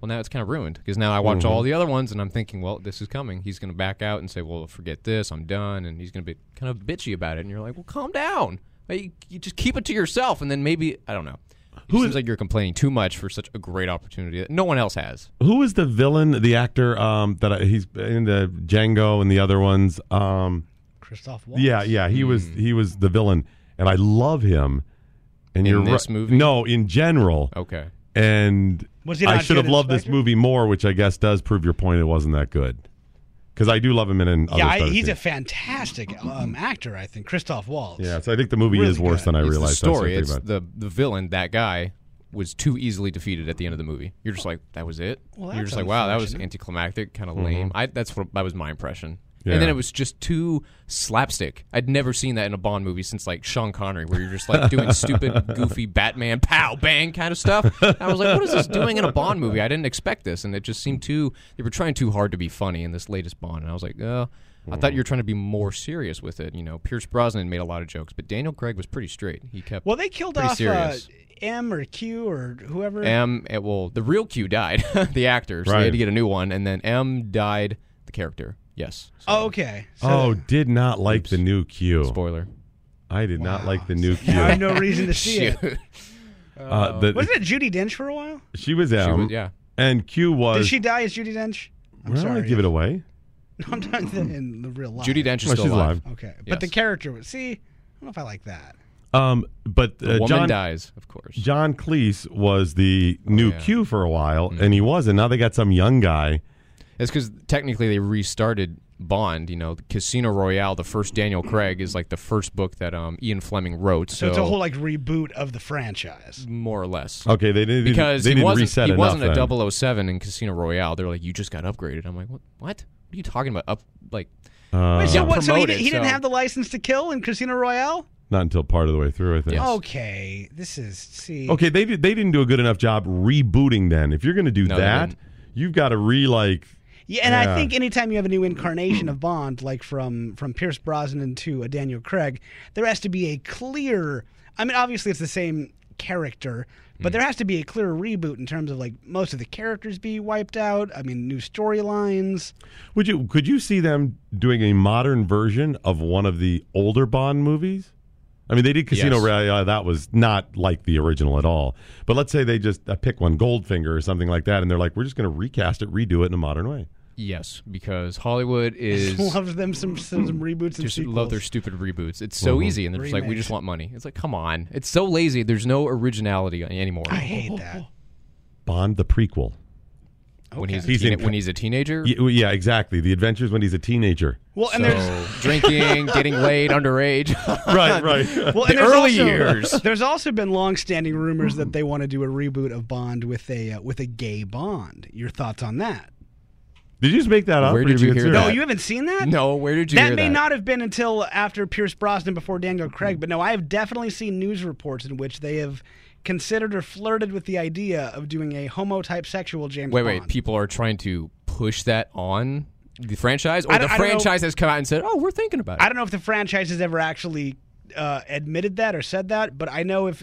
Speaker 5: well now it's kind of ruined because now I watch all the other ones and I'm thinking, well, this is coming. He's going to back out and say, well, forget this, I'm done, and he's going to be kind of bitchy about it. And you're like, well, calm down. Like, you, you just keep it to yourself, and then maybe I don't know. It seems like you're complaining too much for such a great opportunity that no one else has.
Speaker 4: Who is the villain? The actor um, that I, he's in the Django and the other ones. Um,
Speaker 3: Christoph Waltz.
Speaker 4: yeah, yeah, he was
Speaker 5: Hmm.
Speaker 4: he was the villain, and I love him. And
Speaker 5: In
Speaker 4: you're
Speaker 5: this
Speaker 4: ri-
Speaker 5: movie? Oh.
Speaker 4: No, in general.
Speaker 5: Okay.
Speaker 4: And
Speaker 3: Was he
Speaker 4: I
Speaker 3: not
Speaker 4: should
Speaker 3: good
Speaker 4: have loved this
Speaker 3: Inspector?
Speaker 4: movie more, which I guess does prove your point. It wasn't that good because I do love him in. in other
Speaker 3: Yeah, I,
Speaker 4: stuff I've
Speaker 3: he's
Speaker 4: seen.
Speaker 3: a fantastic um, actor, I think. Christoph Waltz.
Speaker 4: yeah. So I think the movie
Speaker 3: really
Speaker 4: is worse
Speaker 3: good.
Speaker 4: than I
Speaker 5: it's
Speaker 4: realized.
Speaker 5: the
Speaker 4: That's what I
Speaker 5: story.
Speaker 4: think
Speaker 5: It's
Speaker 4: about it.
Speaker 5: the the villain. That guy was too easily defeated at the end of the movie. You're just like, that was it.
Speaker 3: Well,
Speaker 5: You're
Speaker 3: that's
Speaker 5: just like, wow, that was
Speaker 3: unfortunate.
Speaker 5: anticlimactic, kind of lame. I that's what that was my impression.
Speaker 4: Mm-hmm. Yeah.
Speaker 5: And then it was just too slapstick. I'd never seen that in a Bond movie since like Sean Connery, where you're just like
Speaker 3: *laughs*
Speaker 5: doing stupid, goofy Batman pow bang kind of stuff. I was like, what is this doing in a Bond movie? I didn't expect this, and it just seemed too. They were trying too hard to be funny in this latest Bond, and I was like, uh, I thought you were trying to be more serious with it. You know, Pierce Brosnan made a lot of jokes, but Daniel Craig was pretty straight. He kept
Speaker 3: Well, they killed
Speaker 5: Pretty
Speaker 3: off
Speaker 5: serious.
Speaker 3: Uh, M or Q or whoever.
Speaker 5: M. eh, Well, the real Q died, *laughs* the actor, so
Speaker 4: Right.
Speaker 5: they had to get a new one, and then M died, the character. Yes. So,
Speaker 3: Oh, okay. So
Speaker 4: oh, did not like the new Q.
Speaker 5: spoiler.
Speaker 4: I did not like the new Q.
Speaker 3: now I have no reason to see it.
Speaker 5: *laughs* Shoot.
Speaker 4: Uh, the-
Speaker 3: Wasn't it Judy Dench for a while?
Speaker 4: She was out.
Speaker 5: was- yeah.
Speaker 4: And Q was.
Speaker 3: Did she die as Judy Dench? I'm
Speaker 4: Well, I
Speaker 3: sorry.
Speaker 4: give it away.
Speaker 3: No, *laughs* I'm not in the real life.
Speaker 5: Judy Dench is
Speaker 4: Well,
Speaker 5: still
Speaker 4: she's
Speaker 5: alive.
Speaker 4: alive.
Speaker 3: Okay, but the
Speaker 5: Yes.
Speaker 3: character was. See, I don't know if I like that.
Speaker 4: Um, but
Speaker 5: The
Speaker 4: uh,
Speaker 5: woman
Speaker 4: John
Speaker 5: dies, of course.
Speaker 4: John Cleese was the new
Speaker 5: Oh, yeah. Mm.
Speaker 4: Q for a while, and he wasn't. Now they got some young guy.
Speaker 5: It's because technically they restarted Bond. You know, Casino Royale, the first Daniel Craig, is like the first book that um, Ian Fleming wrote.
Speaker 3: So,
Speaker 5: So,
Speaker 3: it's a whole like reboot of the franchise.
Speaker 5: more or less.
Speaker 4: Okay, they didn't
Speaker 5: because
Speaker 4: they
Speaker 5: he
Speaker 4: didn't
Speaker 5: wasn't,
Speaker 4: reset
Speaker 5: he
Speaker 4: enough
Speaker 5: wasn't
Speaker 4: then.
Speaker 5: a 007 in Casino Royale. They're like, you just got upgraded. I'm like, what? What? What are you talking about? Up like
Speaker 4: Uh,
Speaker 3: Wait, so what? So he,
Speaker 5: Uh, promoted,
Speaker 3: di- he didn't
Speaker 5: so-
Speaker 3: have the license to kill in Casino Royale.
Speaker 4: Not until part of the way through, I think. Oh,
Speaker 5: Yes.
Speaker 3: Okay, this is see.
Speaker 4: Okay, they did, they didn't do a good enough job rebooting. Then, if you're going to do
Speaker 5: No, they
Speaker 4: that,
Speaker 5: didn't.
Speaker 4: you've got to re like.
Speaker 3: Yeah, and
Speaker 4: Yeah.
Speaker 3: I think anytime you have a new incarnation of Bond, like from from Pierce Brosnan to a Daniel Craig, there has to be a clear. I mean, obviously it's the same character,
Speaker 5: Mm.
Speaker 3: but there has to be a clear reboot in terms of like most of the characters be wiped out. I mean, new storylines.
Speaker 4: Would you could you see them doing a modern version of one of the older Bond movies? I mean, they did Casino
Speaker 5: Yes.
Speaker 4: Royale. That was not like the original at all. But let's say they just uh, pick one, Goldfinger or something like that, and they're like, "We're just going to recast it, redo it in a modern way."
Speaker 5: Yes,
Speaker 4: *laughs*
Speaker 5: because Hollywood is
Speaker 3: *laughs* Love them some some,
Speaker 5: *clears throat*
Speaker 3: some reboots and
Speaker 5: just
Speaker 3: sequels.
Speaker 5: love their stupid reboots. It's so easy, and they're just like, we
Speaker 3: Remakes.
Speaker 5: just want money. It's like, come on, it's so lazy. There's no originality anymore.
Speaker 3: I hate
Speaker 5: *laughs*
Speaker 3: that.
Speaker 4: Bond the prequel.
Speaker 5: When he's a
Speaker 4: He's
Speaker 5: teen-
Speaker 4: in-
Speaker 5: when he's a teenager,
Speaker 4: Y- Yeah, exactly. The adventures when he's a teenager. *laughs*
Speaker 3: Well, and there's *laughs*
Speaker 5: so drinking, getting laid, underage. *laughs*
Speaker 4: right, right.
Speaker 3: well,
Speaker 5: the
Speaker 3: and there's
Speaker 5: early
Speaker 3: also,
Speaker 5: years.
Speaker 3: *laughs* There's also been longstanding rumors that they want to do a reboot of Bond with a uh, with a gay Bond. Your thoughts on that?
Speaker 4: did you just make that up?
Speaker 5: Where
Speaker 4: or
Speaker 5: did you
Speaker 4: it
Speaker 5: hear
Speaker 4: serious?
Speaker 3: No,
Speaker 5: that?
Speaker 3: you haven't seen that.
Speaker 5: no, where did you
Speaker 3: that
Speaker 5: hear
Speaker 3: may
Speaker 5: that?
Speaker 3: not have been until after Pierce Brosnan before Daniel Craig, but no, I have definitely seen news reports in which they have considered or flirted with the idea of doing a homo type sexual James
Speaker 5: wait,
Speaker 3: Bond.
Speaker 5: wait. People are trying to push that on the franchise, or
Speaker 3: I
Speaker 5: the
Speaker 3: don't- I don't know-
Speaker 5: franchise has come out and said, "Oh, we're thinking about it."
Speaker 3: I don't know if the franchise has ever actually uh, admitted that or said that, but I know if,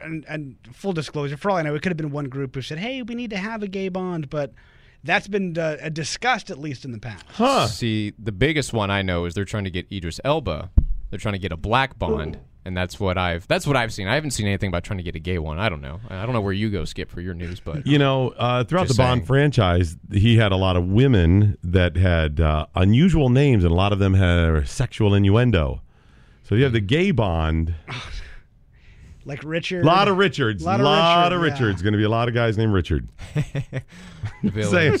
Speaker 3: and, and full disclosure, for all I know, it could have been one group who said, "Hey, we need to have a gay bond," but that's been uh, discussed at least in the past.
Speaker 4: Huh.
Speaker 5: See, the biggest one I know is they're trying to get Idris Elba. They're trying to get a black Bond And that's what I've that's what I've seen. I haven't seen anything about trying to get a gay one. I don't know. I I don't know where you go, Skip, for your news,
Speaker 4: *laughs*
Speaker 5: but
Speaker 4: You know, uh, throughout
Speaker 5: Just
Speaker 4: the Bond
Speaker 5: saying.
Speaker 4: franchise, he had a lot of women that had uh, unusual names, and a lot of them had sexual innuendo. So you have the
Speaker 3: *laughs*
Speaker 4: gay Bond.
Speaker 3: Like Richard. *laughs*
Speaker 4: A lot of Richards. A
Speaker 3: Lot
Speaker 4: lot,
Speaker 3: of
Speaker 4: of
Speaker 3: Richard, yeah.
Speaker 4: Richards. Going to be a lot of guys named Richard.
Speaker 5: villains.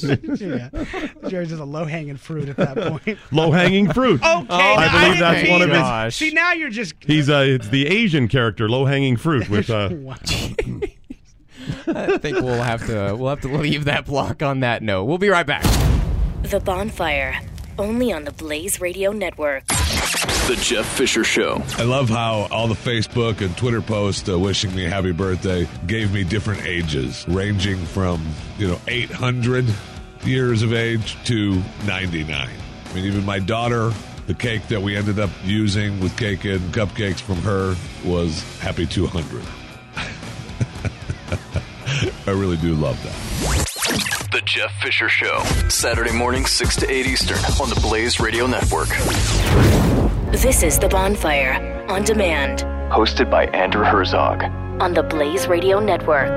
Speaker 3: *laughs*
Speaker 4: *laughs* Saying
Speaker 3: Yeah. Jerry's is a low hanging fruit at that point. okay.
Speaker 4: low hanging fruit.
Speaker 3: I
Speaker 4: believe
Speaker 3: didn't
Speaker 4: that's
Speaker 3: mean-
Speaker 4: one of his-
Speaker 5: Gosh.
Speaker 3: See, now you're just. *laughs*
Speaker 4: He's uh, it's the Asian character, low hanging fruit. With uh,
Speaker 3: Wow.
Speaker 5: I think we'll have to we'll have to *laughs* leave that block on that note. We'll be right back.
Speaker 2: The Bonfire, only on the Blaze Radio Network.
Speaker 6: The Jeff Fisher Show.
Speaker 8: I love how all the Facebook and Twitter posts uh, wishing me happy birthday gave me different ages, ranging from, you know, 800 years of age to 99. I mean, even my daughter, the cake that we ended up using with cake and cupcakes from her was happy 200. *laughs* I really do love that.
Speaker 6: The Jeff Fisher Show. Saturday morning, 6 to 8 Eastern on the Blaze Radio Network.
Speaker 2: This is The Bonfire, on demand,
Speaker 6: Hosted by Andrew Herzog.
Speaker 2: on the Blaze Radio Network.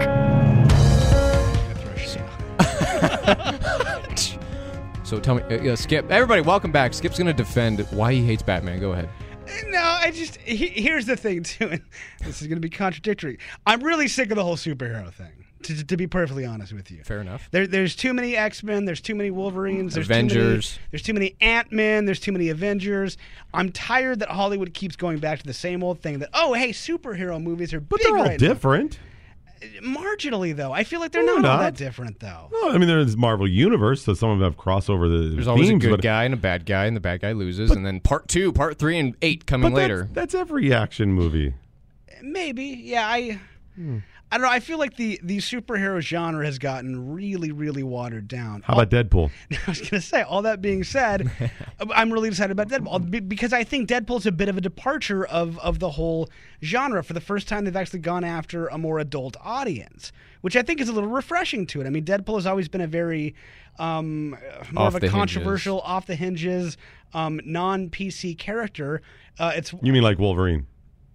Speaker 5: So tell me, uh, uh, Skip. Everybody, welcome back. Skip's going to defend why he hates Batman. Go ahead.
Speaker 3: No, I just he, here's the thing *laughs* too. And this is going to be contradictory. I'm really sick of the whole superhero thing. To, to be perfectly honest with you,
Speaker 5: Fair enough.
Speaker 3: There, there's too many X Men. There's too many Wolverines. There's
Speaker 5: Avengers.
Speaker 3: Too many, there's too many Ant Men. There's too many Avengers. I'm tired that Hollywood keeps going back to the same old thing. That oh hey, superhero movies are
Speaker 4: but
Speaker 3: big
Speaker 4: they're all
Speaker 3: right now."
Speaker 4: different.
Speaker 3: Marginally though, I feel like they're
Speaker 4: No,
Speaker 3: not,
Speaker 4: they're
Speaker 3: all
Speaker 4: not.
Speaker 3: that different though.
Speaker 4: No, I mean, there's Marvel Universe, so some of them have crossover. The
Speaker 5: There's always
Speaker 4: themes,
Speaker 5: a good
Speaker 4: but,
Speaker 5: guy and a bad guy, and the bad guy loses, and then part two, part three, and eight
Speaker 4: but
Speaker 5: coming
Speaker 4: that's-
Speaker 5: later.
Speaker 4: That's, every action movie.
Speaker 3: Maybe yeah. I
Speaker 4: Hmm.
Speaker 3: I don't know. I feel like the the superhero genre has gotten really really watered down.
Speaker 4: How about Deadpool?
Speaker 3: I was going to say, all that being
Speaker 5: *laughs*
Speaker 3: said, I'm really excited about Deadpool be- because I think Deadpool's a bit of a departure of, of the whole genre. For the first time, they've actually gone after a more adult audience, which I think is a little refreshing to it. I mean, Deadpool has always been a very, um, more
Speaker 5: Off
Speaker 3: of a
Speaker 5: the
Speaker 3: controversial, off the hinges, um, non PC character. Uh, it's
Speaker 4: You mean like Wolverine?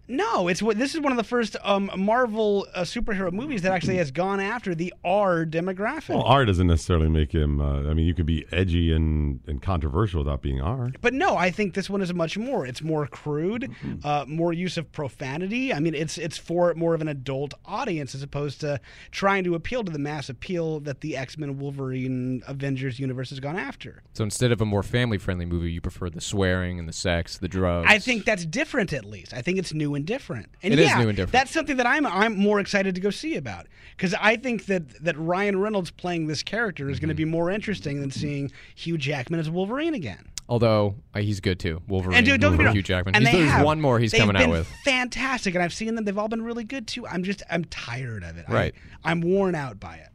Speaker 3: no, it's what this is one of the first um, Marvel uh, superhero movies that actually has gone after the R demographic.
Speaker 4: Well, R doesn't necessarily make him. Uh, I mean, you could be edgy and, and controversial without being R.
Speaker 3: But no, I think this one is much more. It's more crude,
Speaker 5: Mm-hmm.
Speaker 3: uh, more use of profanity. I mean, it's it's for more of an adult audience as opposed to trying to appeal to the mass appeal that the X Men, Wolverine, Avengers universe has gone after.
Speaker 5: So instead of a more family-friendly movie, you prefer the swearing and the sex, the drugs.
Speaker 3: I think that's different, at least. I think it's new and different. And
Speaker 5: It is
Speaker 3: yeah,
Speaker 5: new and different.
Speaker 3: That's something that I'm I'm more excited to go see about because I think that that Ryan Reynolds playing this character is going
Speaker 5: Mm-hmm.
Speaker 3: to be more interesting than seeing Hugh Jackman as Wolverine again.
Speaker 5: Although uh, he's good too, Wolverine.
Speaker 3: And dude, don't get me
Speaker 5: Wolverine,
Speaker 3: wrong.
Speaker 5: Hugh Jackman.
Speaker 3: And
Speaker 5: He's-
Speaker 3: they
Speaker 5: there's
Speaker 3: have.
Speaker 5: one more he's
Speaker 3: They've
Speaker 5: coming out
Speaker 3: been
Speaker 5: with.
Speaker 3: Fantastic, and I've seen them. They've all been really good too. I'm just, I'm tired of it. I'm-
Speaker 5: Right.
Speaker 3: I'm, worn out by it.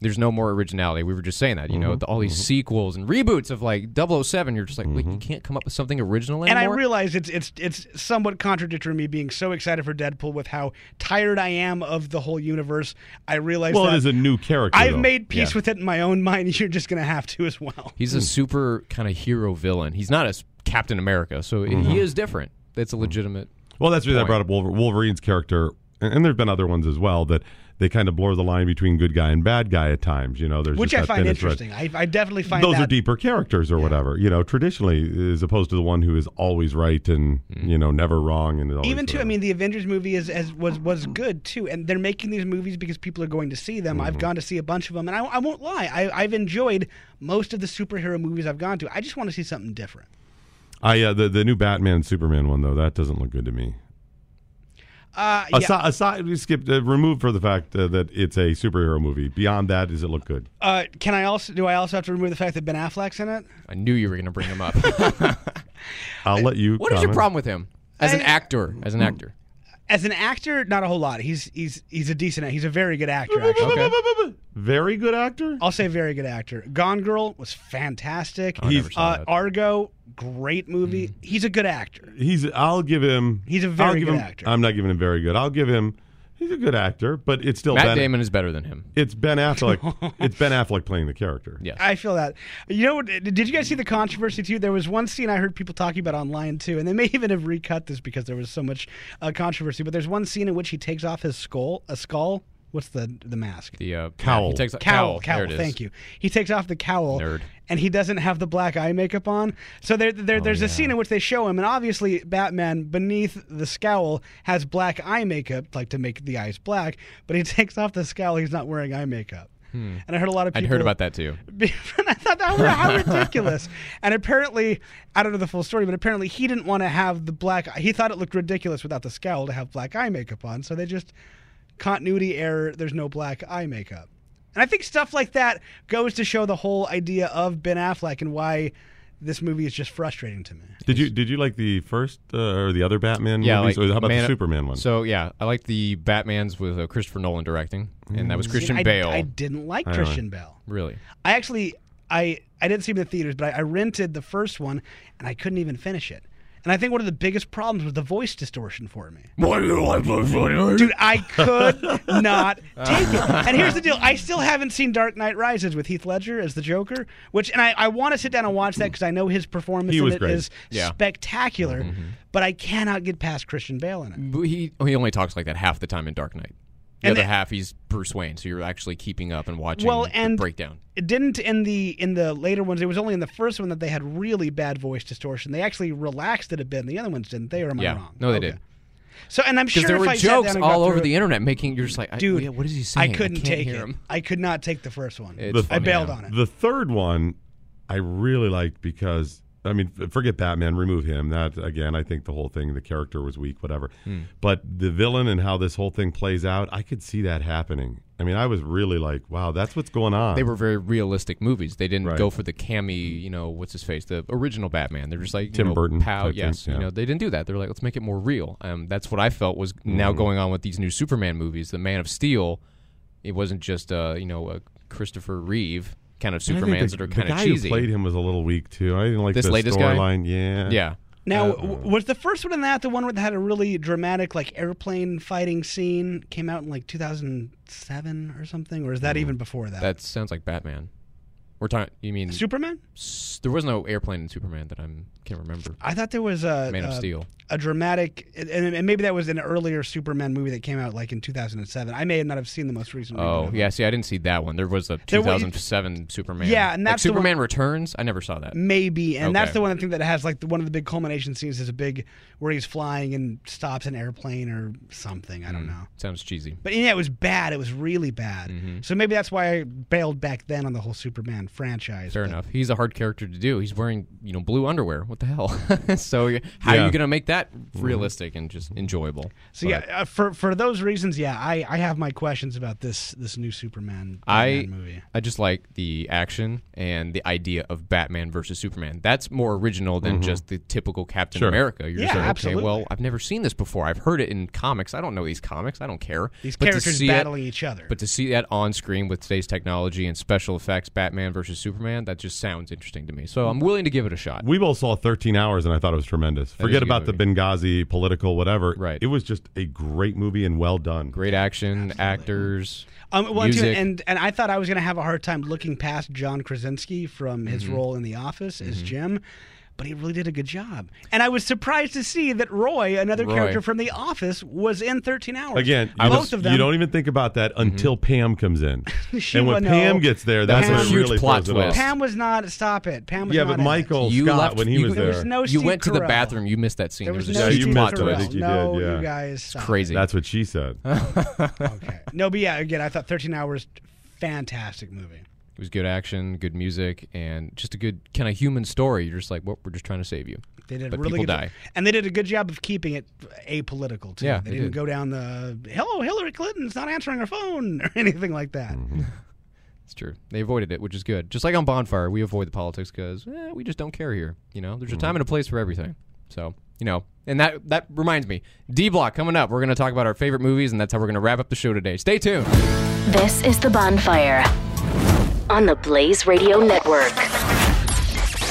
Speaker 5: There's no more originality. We were just saying that. You know, the, all these sequels and reboots of like 007. You're just like, wait, you can't come up with something original
Speaker 3: And
Speaker 5: anymore.
Speaker 3: I realize it's it's it's somewhat contradictory me being so excited for Deadpool with how tired I am of the whole universe. I realize
Speaker 4: Well,
Speaker 3: that
Speaker 4: it is a new character.
Speaker 3: I've
Speaker 4: though.
Speaker 3: made peace
Speaker 5: Yeah.
Speaker 3: with it in my own mind. *laughs* You're just gonna have to as well.
Speaker 5: He's
Speaker 4: Hmm.
Speaker 5: a super kind of hero villain. He's not a s- Captain America, so
Speaker 4: Mm-hmm.
Speaker 5: he is different. That's a
Speaker 4: Hmm.
Speaker 5: legitimate.
Speaker 4: Well, that's the reason I
Speaker 5: point.
Speaker 4: brought up Wolver- Wolverine's character, and, and there have been other ones as well that they kind of blur the line between good guy and bad guy at times. You know, there's
Speaker 3: Which I
Speaker 4: just that
Speaker 3: find
Speaker 4: thinnest thread.
Speaker 3: interesting. I, I definitely find
Speaker 4: Those
Speaker 3: that
Speaker 4: are deeper characters or whatever. You know, traditionally, as opposed to the one who is always right and you know never wrong and always
Speaker 3: Mm. even too. I
Speaker 4: whatever.
Speaker 3: mean, the Avengers movie is as was was good too, and they're making these movies because people are going to see them. I've gone to see a bunch of them, and I, I won't lie, I, I've enjoyed most of the superhero movies I've gone to. I just want to see something different.
Speaker 4: I uh, the the new Batman and Superman one though that doesn't look good to me.
Speaker 3: Uh, yeah,
Speaker 4: Aside, aside we skipped uh, removed for the fact uh, that it's a superhero movie. Beyond that, does it look good?
Speaker 3: uh, can I also do I also have to remove the fact that Ben Affleck's in it?
Speaker 5: I knew you were going to bring
Speaker 4: *laughs*
Speaker 5: him up.
Speaker 4: I'll let you.
Speaker 5: what is your
Speaker 4: comment.
Speaker 5: problem with him as an
Speaker 3: I-
Speaker 5: actor? As
Speaker 4: Hmm.
Speaker 5: an actor,
Speaker 3: As an actor, not a whole lot. He's he's he's a decent. He's a very good *laughs* actor. Actually.
Speaker 4: *laughs*
Speaker 5: okay.
Speaker 4: Very good actor.
Speaker 3: I'll say very good actor. Gone Girl was fantastic.
Speaker 4: never
Speaker 3: He's-
Speaker 5: saw
Speaker 3: uh,
Speaker 5: that.
Speaker 3: Argo, great movie. He's a good actor.
Speaker 4: He's. I'll give him.
Speaker 3: He's a
Speaker 4: I'll
Speaker 3: very
Speaker 4: give
Speaker 3: good
Speaker 4: him-
Speaker 3: actor.
Speaker 4: I'm not giving him very good. I'll give him He's a good actor, but it's still
Speaker 5: Matt
Speaker 4: Ben.
Speaker 5: Damon is better than him.
Speaker 4: It's Ben
Speaker 5: *laughs*
Speaker 4: Affleck. it's Ben Affleck playing the character.
Speaker 5: Yes.
Speaker 3: I feel that. You know, what- did you guys see the controversy too? There was one scene I heard people talking about online too, and they may even have recut this because there was so much uh, controversy. But there's one scene in which he takes off his skull, a skull. What's the the mask?
Speaker 5: the uh,
Speaker 4: Cowl.
Speaker 5: He takes,
Speaker 3: cowl,
Speaker 5: cowl.
Speaker 3: cowl.
Speaker 5: there it is.
Speaker 3: Thank you. He takes off the cowl,
Speaker 5: Nerd. Oh,
Speaker 3: and he doesn't have the black eye makeup on. So there, there there's a scene in which they show him, and obviously Batman beneath the scowl has black eye makeup, like to make the eyes black. But he *laughs* takes off the scowl, he's not wearing eye makeup. And I heard a lot of
Speaker 5: Hmm. I'd
Speaker 3: people.
Speaker 5: heard about that too.
Speaker 3: I thought that was how ridiculous. And apparently, I don't know the full story, but apparently he didn't want to have the black. He thought it looked ridiculous without the scowl to have black eye makeup on. So they just continuity error. There's no black eye makeup. And I think stuff like that goes to show the whole idea of Ben Affleck and why this movie is just frustrating to me.
Speaker 4: Did you did you like the first uh, or the other Batman
Speaker 5: Yeah,
Speaker 4: movies?
Speaker 5: like,
Speaker 4: or how about
Speaker 5: Man-
Speaker 4: the Superman one?
Speaker 5: So yeah, I like the Batman's with uh, Christopher Nolan directing, and that
Speaker 4: Hmm.
Speaker 5: was Christian
Speaker 3: I,
Speaker 5: Bale.
Speaker 3: I didn't like Christian Bale.
Speaker 5: really,
Speaker 3: I actually I I didn't see him in the theaters, but I, I rented the first one and I couldn't even finish it. And I think one of the biggest problems was the voice distortion for me. Dude, I
Speaker 4: *laughs*
Speaker 3: could not take it. And here's the deal: I still haven't seen Dark Knight Rises with Heath Ledger as the Joker, which, and I, I want to sit down and watch that because I know his performance
Speaker 4: He
Speaker 3: in
Speaker 4: was
Speaker 3: it
Speaker 4: great. Mm-hmm.
Speaker 3: is
Speaker 5: Yeah.
Speaker 3: spectacular. But I cannot get past Christian Bale in it.
Speaker 5: But he oh, he only talks like that half the time in Dark Knight. The
Speaker 3: And
Speaker 5: other
Speaker 3: the-
Speaker 5: half he's Bruce Wayne, so you're actually keeping up and watching
Speaker 3: Well,
Speaker 5: the
Speaker 3: and-
Speaker 5: breakdown.
Speaker 3: it didn't in the in the later ones. It was only in the first one that they had really bad voice distortion. They actually relaxed it a bit. In the other ones didn't. They or am I
Speaker 5: Yeah,
Speaker 3: wrong?
Speaker 5: no, they
Speaker 3: Okay.
Speaker 5: did
Speaker 3: So and I'm sure
Speaker 5: because there
Speaker 3: if
Speaker 5: were
Speaker 3: I sat
Speaker 5: jokes
Speaker 3: down and
Speaker 5: all
Speaker 3: got
Speaker 5: over
Speaker 3: through
Speaker 5: the
Speaker 3: it-
Speaker 5: internet making you're just like, I,
Speaker 3: dude.
Speaker 5: yeah, what is he saying?
Speaker 3: I couldn't
Speaker 5: can't
Speaker 3: take
Speaker 5: hear
Speaker 3: it.
Speaker 5: him.
Speaker 3: I could not take the first one.
Speaker 5: It's
Speaker 3: I
Speaker 5: funny,
Speaker 3: bailed
Speaker 5: yeah.
Speaker 3: on it.
Speaker 4: The third one, I really liked because I mean, f- forget Batman, remove him. That again, I think the whole thing, the character was weak, whatever. But the villain and how this whole thing plays out, I could see that happening. I mean, I was really like, wow, that's what's going on.
Speaker 5: They were very realistic movies. They didn't
Speaker 4: Right.
Speaker 5: go for the cammy, you know, what's his face, the original Batman. They're just like you
Speaker 4: Tim
Speaker 5: know,
Speaker 4: Burton
Speaker 5: Pow,
Speaker 4: type
Speaker 5: yes,
Speaker 4: thing, yeah.
Speaker 5: you know, they didn't do that. They're like, let's make it more real. Um, that's what I felt was now
Speaker 4: Mm-hmm.
Speaker 5: going on with these new Superman movies. The Man of Steel, it wasn't just uh, you know, a Christopher Reeve kind of
Speaker 4: And I think
Speaker 5: Supermans
Speaker 4: the,
Speaker 5: that are
Speaker 4: the
Speaker 5: kind of
Speaker 4: guy
Speaker 5: cheesy.
Speaker 4: who played him was a little weak too. I didn't like
Speaker 5: This
Speaker 4: the
Speaker 5: latest guy?
Speaker 4: storyline. Yeah,
Speaker 5: yeah, oh.
Speaker 3: Now, w was the first one in that the one where they had a really dramatic like airplane fighting scene? Came out in like 2007 or something, or is that even before that?
Speaker 5: Mm. that sounds like Batman. We're talking. You mean
Speaker 3: Superman?
Speaker 5: s- there was no airplane in Superman that I can't remember.
Speaker 3: I thought there was a
Speaker 5: Man of
Speaker 3: a-
Speaker 5: Steel.
Speaker 3: a dramatic, and, and maybe that was an earlier Superman movie that came out like in 2007. I may not have seen the most recent.
Speaker 5: Oh
Speaker 3: reboot.
Speaker 5: yeah, see, I didn't see that one. There was a
Speaker 3: There wa-
Speaker 5: 2007 Superman.
Speaker 3: Yeah, and
Speaker 5: Like,
Speaker 3: that's the one-
Speaker 5: Superman Returns. I never saw that.
Speaker 3: maybe, and that's
Speaker 5: Okay.
Speaker 3: the one I think that has like the, one of the big culmination scenes is a big where he's flying and stops an airplane or something. I don't
Speaker 5: Hmm.
Speaker 3: know.
Speaker 5: Sounds cheesy.
Speaker 3: But yeah, it was bad. It was really bad.
Speaker 5: Mm-hmm.
Speaker 3: So maybe that's why I bailed back then on the whole Superman franchise.
Speaker 5: Fair
Speaker 3: but-
Speaker 5: enough. He's a hard character to do. He's wearing, you know, blue underwear. What the hell? *laughs* so y- how are
Speaker 4: Yeah.
Speaker 5: you going to make that realistic and just enjoyable?
Speaker 3: Mm-hmm. So yeah, uh, for for those reasons, yeah, I, I have my questions about this this new Superman
Speaker 5: I
Speaker 3: Batman movie.
Speaker 5: I just like the action and the idea of Batman versus Superman. That's more original than just the typical Captain
Speaker 4: Sure.
Speaker 5: America. You're just
Speaker 3: Mm-hmm. Yeah,
Speaker 5: like,
Speaker 3: absolutely.
Speaker 5: okay, well, I've never seen this before. I've heard it in comics. I don't know these comics. I don't care.
Speaker 3: These
Speaker 5: But to
Speaker 3: characters
Speaker 5: see it-
Speaker 3: battling each other.
Speaker 5: But to see that on screen with today's technology and special effects, Batman versus Superman, that just sounds interesting to me. So I'm willing to give it a shot.
Speaker 4: We both saw 13 hours, and I thought it was tremendous.
Speaker 5: is
Speaker 4: Forget
Speaker 5: a good
Speaker 4: about the Benghazi political whatever.
Speaker 5: Right.
Speaker 4: It was just a great movie and well done.
Speaker 5: Great action, actors,
Speaker 3: Um, well, too,
Speaker 5: music.
Speaker 3: and and I thought I was going to have a hard time looking past John Krasinski from his
Speaker 5: Mm-hmm.
Speaker 3: role in The Office as Jim, but he really did a good job. And I was surprised to see that Roy, another
Speaker 5: Roy.
Speaker 3: character from The Office, was in 13 Hours.
Speaker 4: Again, you,
Speaker 3: Oh. both
Speaker 4: don't,
Speaker 3: of them.
Speaker 4: you don't even think about that
Speaker 5: Mm-hmm.
Speaker 4: until Pam comes in.
Speaker 3: *laughs* She
Speaker 4: and
Speaker 3: will
Speaker 4: when
Speaker 3: know.
Speaker 4: Pam gets there, that's
Speaker 3: Pam-
Speaker 4: when it
Speaker 3: Huge
Speaker 4: really
Speaker 5: plot
Speaker 4: throws it off.
Speaker 5: twist.
Speaker 3: Pam was not. Stop it. Pam was
Speaker 4: Yeah,
Speaker 3: not
Speaker 4: but
Speaker 3: in it.
Speaker 4: Michael
Speaker 5: you
Speaker 4: Scott
Speaker 5: left
Speaker 4: Oh, when he
Speaker 5: you,
Speaker 4: was
Speaker 3: there
Speaker 4: there.
Speaker 3: was no
Speaker 5: you
Speaker 3: Steve
Speaker 5: went to the
Speaker 3: Carell.
Speaker 5: bathrow. You missed that scene.
Speaker 3: There was
Speaker 5: a
Speaker 3: no
Speaker 4: Yeah, you
Speaker 5: huge
Speaker 3: Steve
Speaker 4: missed
Speaker 5: plot
Speaker 4: it.
Speaker 3: Carell.
Speaker 4: I think
Speaker 5: twist.
Speaker 4: you
Speaker 3: no,
Speaker 4: did, yeah.
Speaker 3: you guys. Stop.
Speaker 5: Crazy.
Speaker 4: That's what she said.
Speaker 3: Okay. No, but yeah, again, I thought 13 Hours, fantastic movie.
Speaker 5: it was good action, good music, and just a good kind of human story. You're just like, well, we're just trying to save you.
Speaker 3: They did
Speaker 5: But
Speaker 3: a really
Speaker 5: people
Speaker 3: good
Speaker 5: die.
Speaker 3: and they did a good job of keeping it apolitical too.
Speaker 5: Yeah,
Speaker 3: they,
Speaker 5: they
Speaker 3: didn't
Speaker 5: did.
Speaker 3: go down the hello Hillary Clinton's not answering her phone *laughs* or anything like that.
Speaker 5: Mm-hmm. It's true. They avoided it, which is good. Just like on Bonfire, we avoid the politics because eh, we just don't care here. You know, there's a
Speaker 4: Mm-hmm.
Speaker 5: time and a place for everything. So you know, and that that reminds me, D Block coming up. We're going to talk about our favorite movies, and that's how we're going to wrap up the show today. Stay tuned.
Speaker 2: This is The Bonfire on the Blaze Radio Network.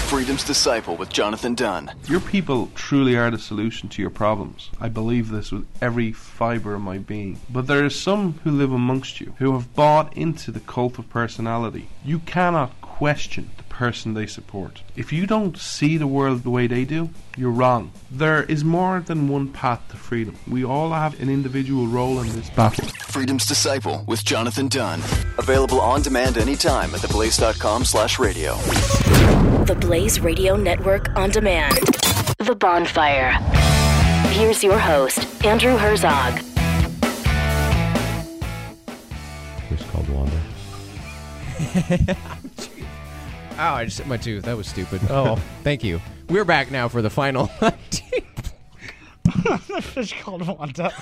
Speaker 6: Freedom's Disciple with Jonathan Dunn.
Speaker 9: Your people truly are the solution to your problems. I believe this with every fiber of my being. But there are some who live amongst you who have bought into the cult of personality. You cannot question the person they support. If you don't see the world the way they do, you're wrong. There is more than one path to freedom. We all have an individual role in this battle.
Speaker 6: Freedom's Disciple with Jonathan Dunn. Available on demand anytime at theblaze.com slash radio.
Speaker 2: The Blaze Radio Network on demand. The Bonfire. Here's your host, Andrew Herzog.
Speaker 4: Chris called Wanda.
Speaker 5: Ow, I just hit my tooth. That was stupid. Oh, *laughs* thank you. We're back now for the final. *laughs*
Speaker 3: Fish called Wanda.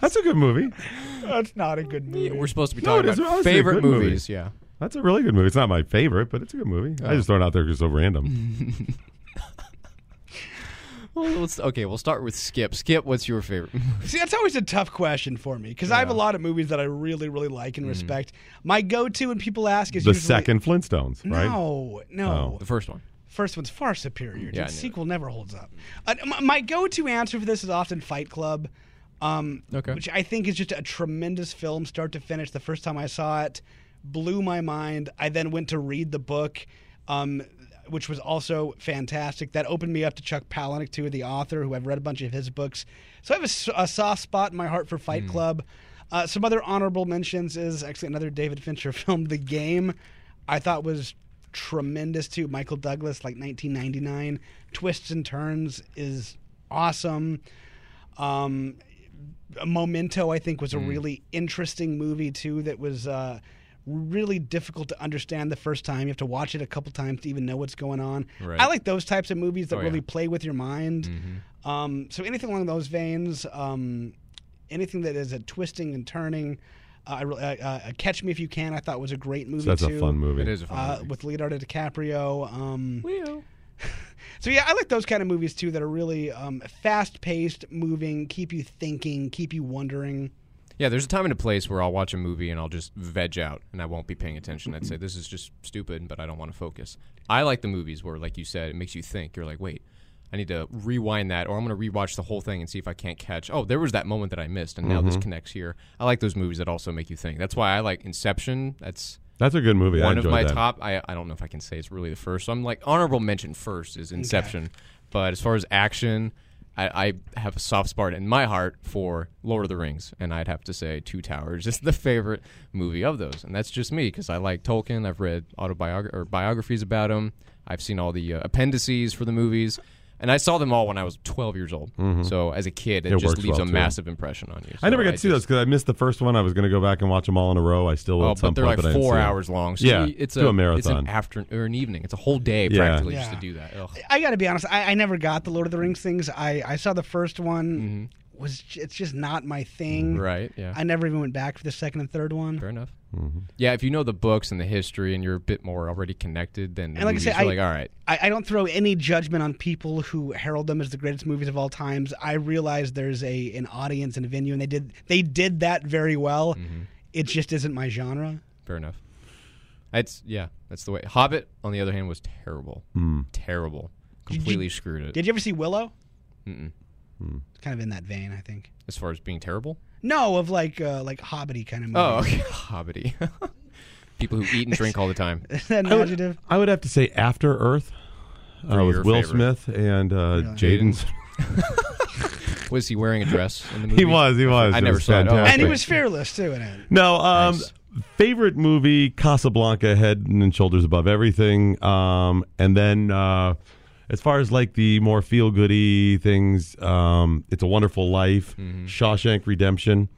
Speaker 4: That's a good movie.
Speaker 3: *laughs* That's not a good movie.
Speaker 5: We're supposed to be
Speaker 4: No,
Speaker 5: talking
Speaker 4: it is
Speaker 5: about
Speaker 4: honestly a
Speaker 5: favorite
Speaker 4: good movie.
Speaker 5: movies. Yeah.
Speaker 4: That's a really good movie. It's not my favorite, but it's a good movie. I just throw it out there because it's so
Speaker 3: Mm.
Speaker 4: random.
Speaker 5: Well, let's, okay, we'll start with Skip. Skip, what's your favorite? *laughs*
Speaker 3: See, that's always a tough question for me because I have a lot of movies that I really, really like
Speaker 5: Mm-hmm.
Speaker 3: and respect. My go-to when people ask is
Speaker 4: the
Speaker 3: usually,
Speaker 4: second Flintstones, right?
Speaker 3: No, no.
Speaker 5: the first one.
Speaker 3: First one's far superior.
Speaker 5: Oh. Yeah, I
Speaker 3: Yeah,
Speaker 5: knew
Speaker 3: sequel never holds up. Uh, my, my go-to answer for this is often Fight Club, um,
Speaker 5: Okay.
Speaker 3: which I think is just a tremendous film, start to finish. The first time I saw it, blew my mind. I then went to read the book, um, which was also fantastic. That opened me up to Chuck Palahniuk, too, the author, who I've read a bunch of his books. So I have a s- a, soft spot in my heart for Fight Club. Uh, some other honorable mentions is actually another David Fincher *laughs* film, The Game. I thought was tremendous too. Michael Douglas, like 1999, twists and turns is awesome. Um, Memento, I think, was a really interesting movie too. That was uh, really difficult to understand the first time. You have to watch it a couple times to even know what's going on.
Speaker 5: Right.
Speaker 3: I like those types of movies that
Speaker 5: Oh, yeah.
Speaker 3: really play with your mind. Um, so anything along those veins, um, anything that is a twisting and turning. Uh, I really, uh, uh, Catch Me If You Can, I thought was a great movie
Speaker 4: That's
Speaker 3: too
Speaker 4: a fun movie.
Speaker 5: It is a fun
Speaker 3: uh,
Speaker 5: movie.
Speaker 3: with Leonardo DiCaprio. Um, *laughs* so yeah, I like those kind of movies too that are really um, fast-paced, moving, keep you thinking, keep you wondering.
Speaker 5: Yeah, there's a time and a place where I'll watch a movie and I'll just veg out and I won't be paying attention. I'd say this is just stupid, but I don't want to focus. I like the movies where, like you said, it makes you think. You're like, wait, I need to rewind that, or I'm going to rewatch the whole thing and see if I can't catch. Oh, there was that moment that I missed, and now this connects here. I like those movies that also make you think. That's why I like Inception. That's
Speaker 4: That's a good movie. I
Speaker 5: one of
Speaker 4: enjoyed
Speaker 5: my
Speaker 4: that.
Speaker 5: top. I, I don't know if I can say it's really the first. So I'm like honorable mention first is Inception, but as far as action, I, I have a soft spot in my heart for Lord of the Rings, and I'd have to say Two Towers *laughs* is the favorite movie of those, and that's just me because I like Tolkien. I've read autobiography or biographies about him. I've seen all the uh, appendices for the movies. And I saw them all when I was 12 years old. So as a kid, it,
Speaker 4: Mm-hmm. It
Speaker 5: just
Speaker 4: works
Speaker 5: leaves
Speaker 4: well,
Speaker 5: a
Speaker 4: too.
Speaker 5: massive impression on you.
Speaker 4: I never
Speaker 5: So
Speaker 4: got to see
Speaker 5: just-
Speaker 4: those because I missed the first one. I was going to go back and watch them all in a row. I still will
Speaker 5: Oh,
Speaker 4: at some
Speaker 5: but they're
Speaker 4: point,
Speaker 5: like
Speaker 4: but I didn't
Speaker 5: four
Speaker 4: see it.
Speaker 5: hours long. So
Speaker 4: Yeah,
Speaker 5: it's
Speaker 4: do a
Speaker 5: It's an
Speaker 4: marathon.
Speaker 5: afternoon or an evening. It's a whole day
Speaker 4: Yeah.
Speaker 5: practically just to
Speaker 3: Yeah.
Speaker 5: do that. Ugh.
Speaker 3: I got to be honest, I, I never got the Lord of the Rings things. I, I saw the first one was j- it's just not my thing.
Speaker 5: Mm-hmm. Right? Yeah.
Speaker 3: I never even went back for the second and third one.
Speaker 5: Fair enough.
Speaker 4: Mm-hmm.
Speaker 5: Yeah, if you know the books and the history and you're a bit more already connected, then the
Speaker 3: And like I
Speaker 5: movies,
Speaker 3: said,
Speaker 5: you're
Speaker 3: I-
Speaker 5: like, all right,
Speaker 3: I, I don't throw any judgment on people who herald them as the greatest movies of all times. I realize there's a an audience and a venue, and they did they did that very well.
Speaker 5: Mm-hmm.
Speaker 3: It just isn't my genre.
Speaker 5: fair enough. It's yeah, that's the way. Hobbit, on the other hand, was terrible.
Speaker 4: Hmm.
Speaker 5: Terrible. Completely screwed it.
Speaker 3: Did you ever see Willow? Mm-mm.
Speaker 4: Hmm.
Speaker 3: Kind of in that vein, I think.
Speaker 5: as far as being terrible.
Speaker 3: No, of like uh, like hobbity kind of movie.
Speaker 5: Oh, okay. *laughs* Hobbity. People who eat and drink all the
Speaker 3: *laughs*
Speaker 5: time.
Speaker 3: Is that an adjective?
Speaker 4: I would have to say After Earth uh,
Speaker 5: Or
Speaker 4: with
Speaker 5: your
Speaker 4: Will
Speaker 5: favorite.
Speaker 4: Smith and uh, Jaden's.
Speaker 5: Was he wearing a dress in the movie?
Speaker 4: *laughs* He was, he was.
Speaker 5: I
Speaker 4: It
Speaker 5: never
Speaker 4: was
Speaker 5: saw it. Oh,
Speaker 4: fantastic.
Speaker 3: And he
Speaker 5: Wait.
Speaker 3: was fearless too in it.
Speaker 4: No, um,
Speaker 5: Nice.
Speaker 4: favorite movie Casablanca, head and shoulders above everything. Um, and then uh, as far as like the more feel goody things, um, It's a Wonderful Life,
Speaker 5: Mm-hmm.
Speaker 4: Shawshank Redemption.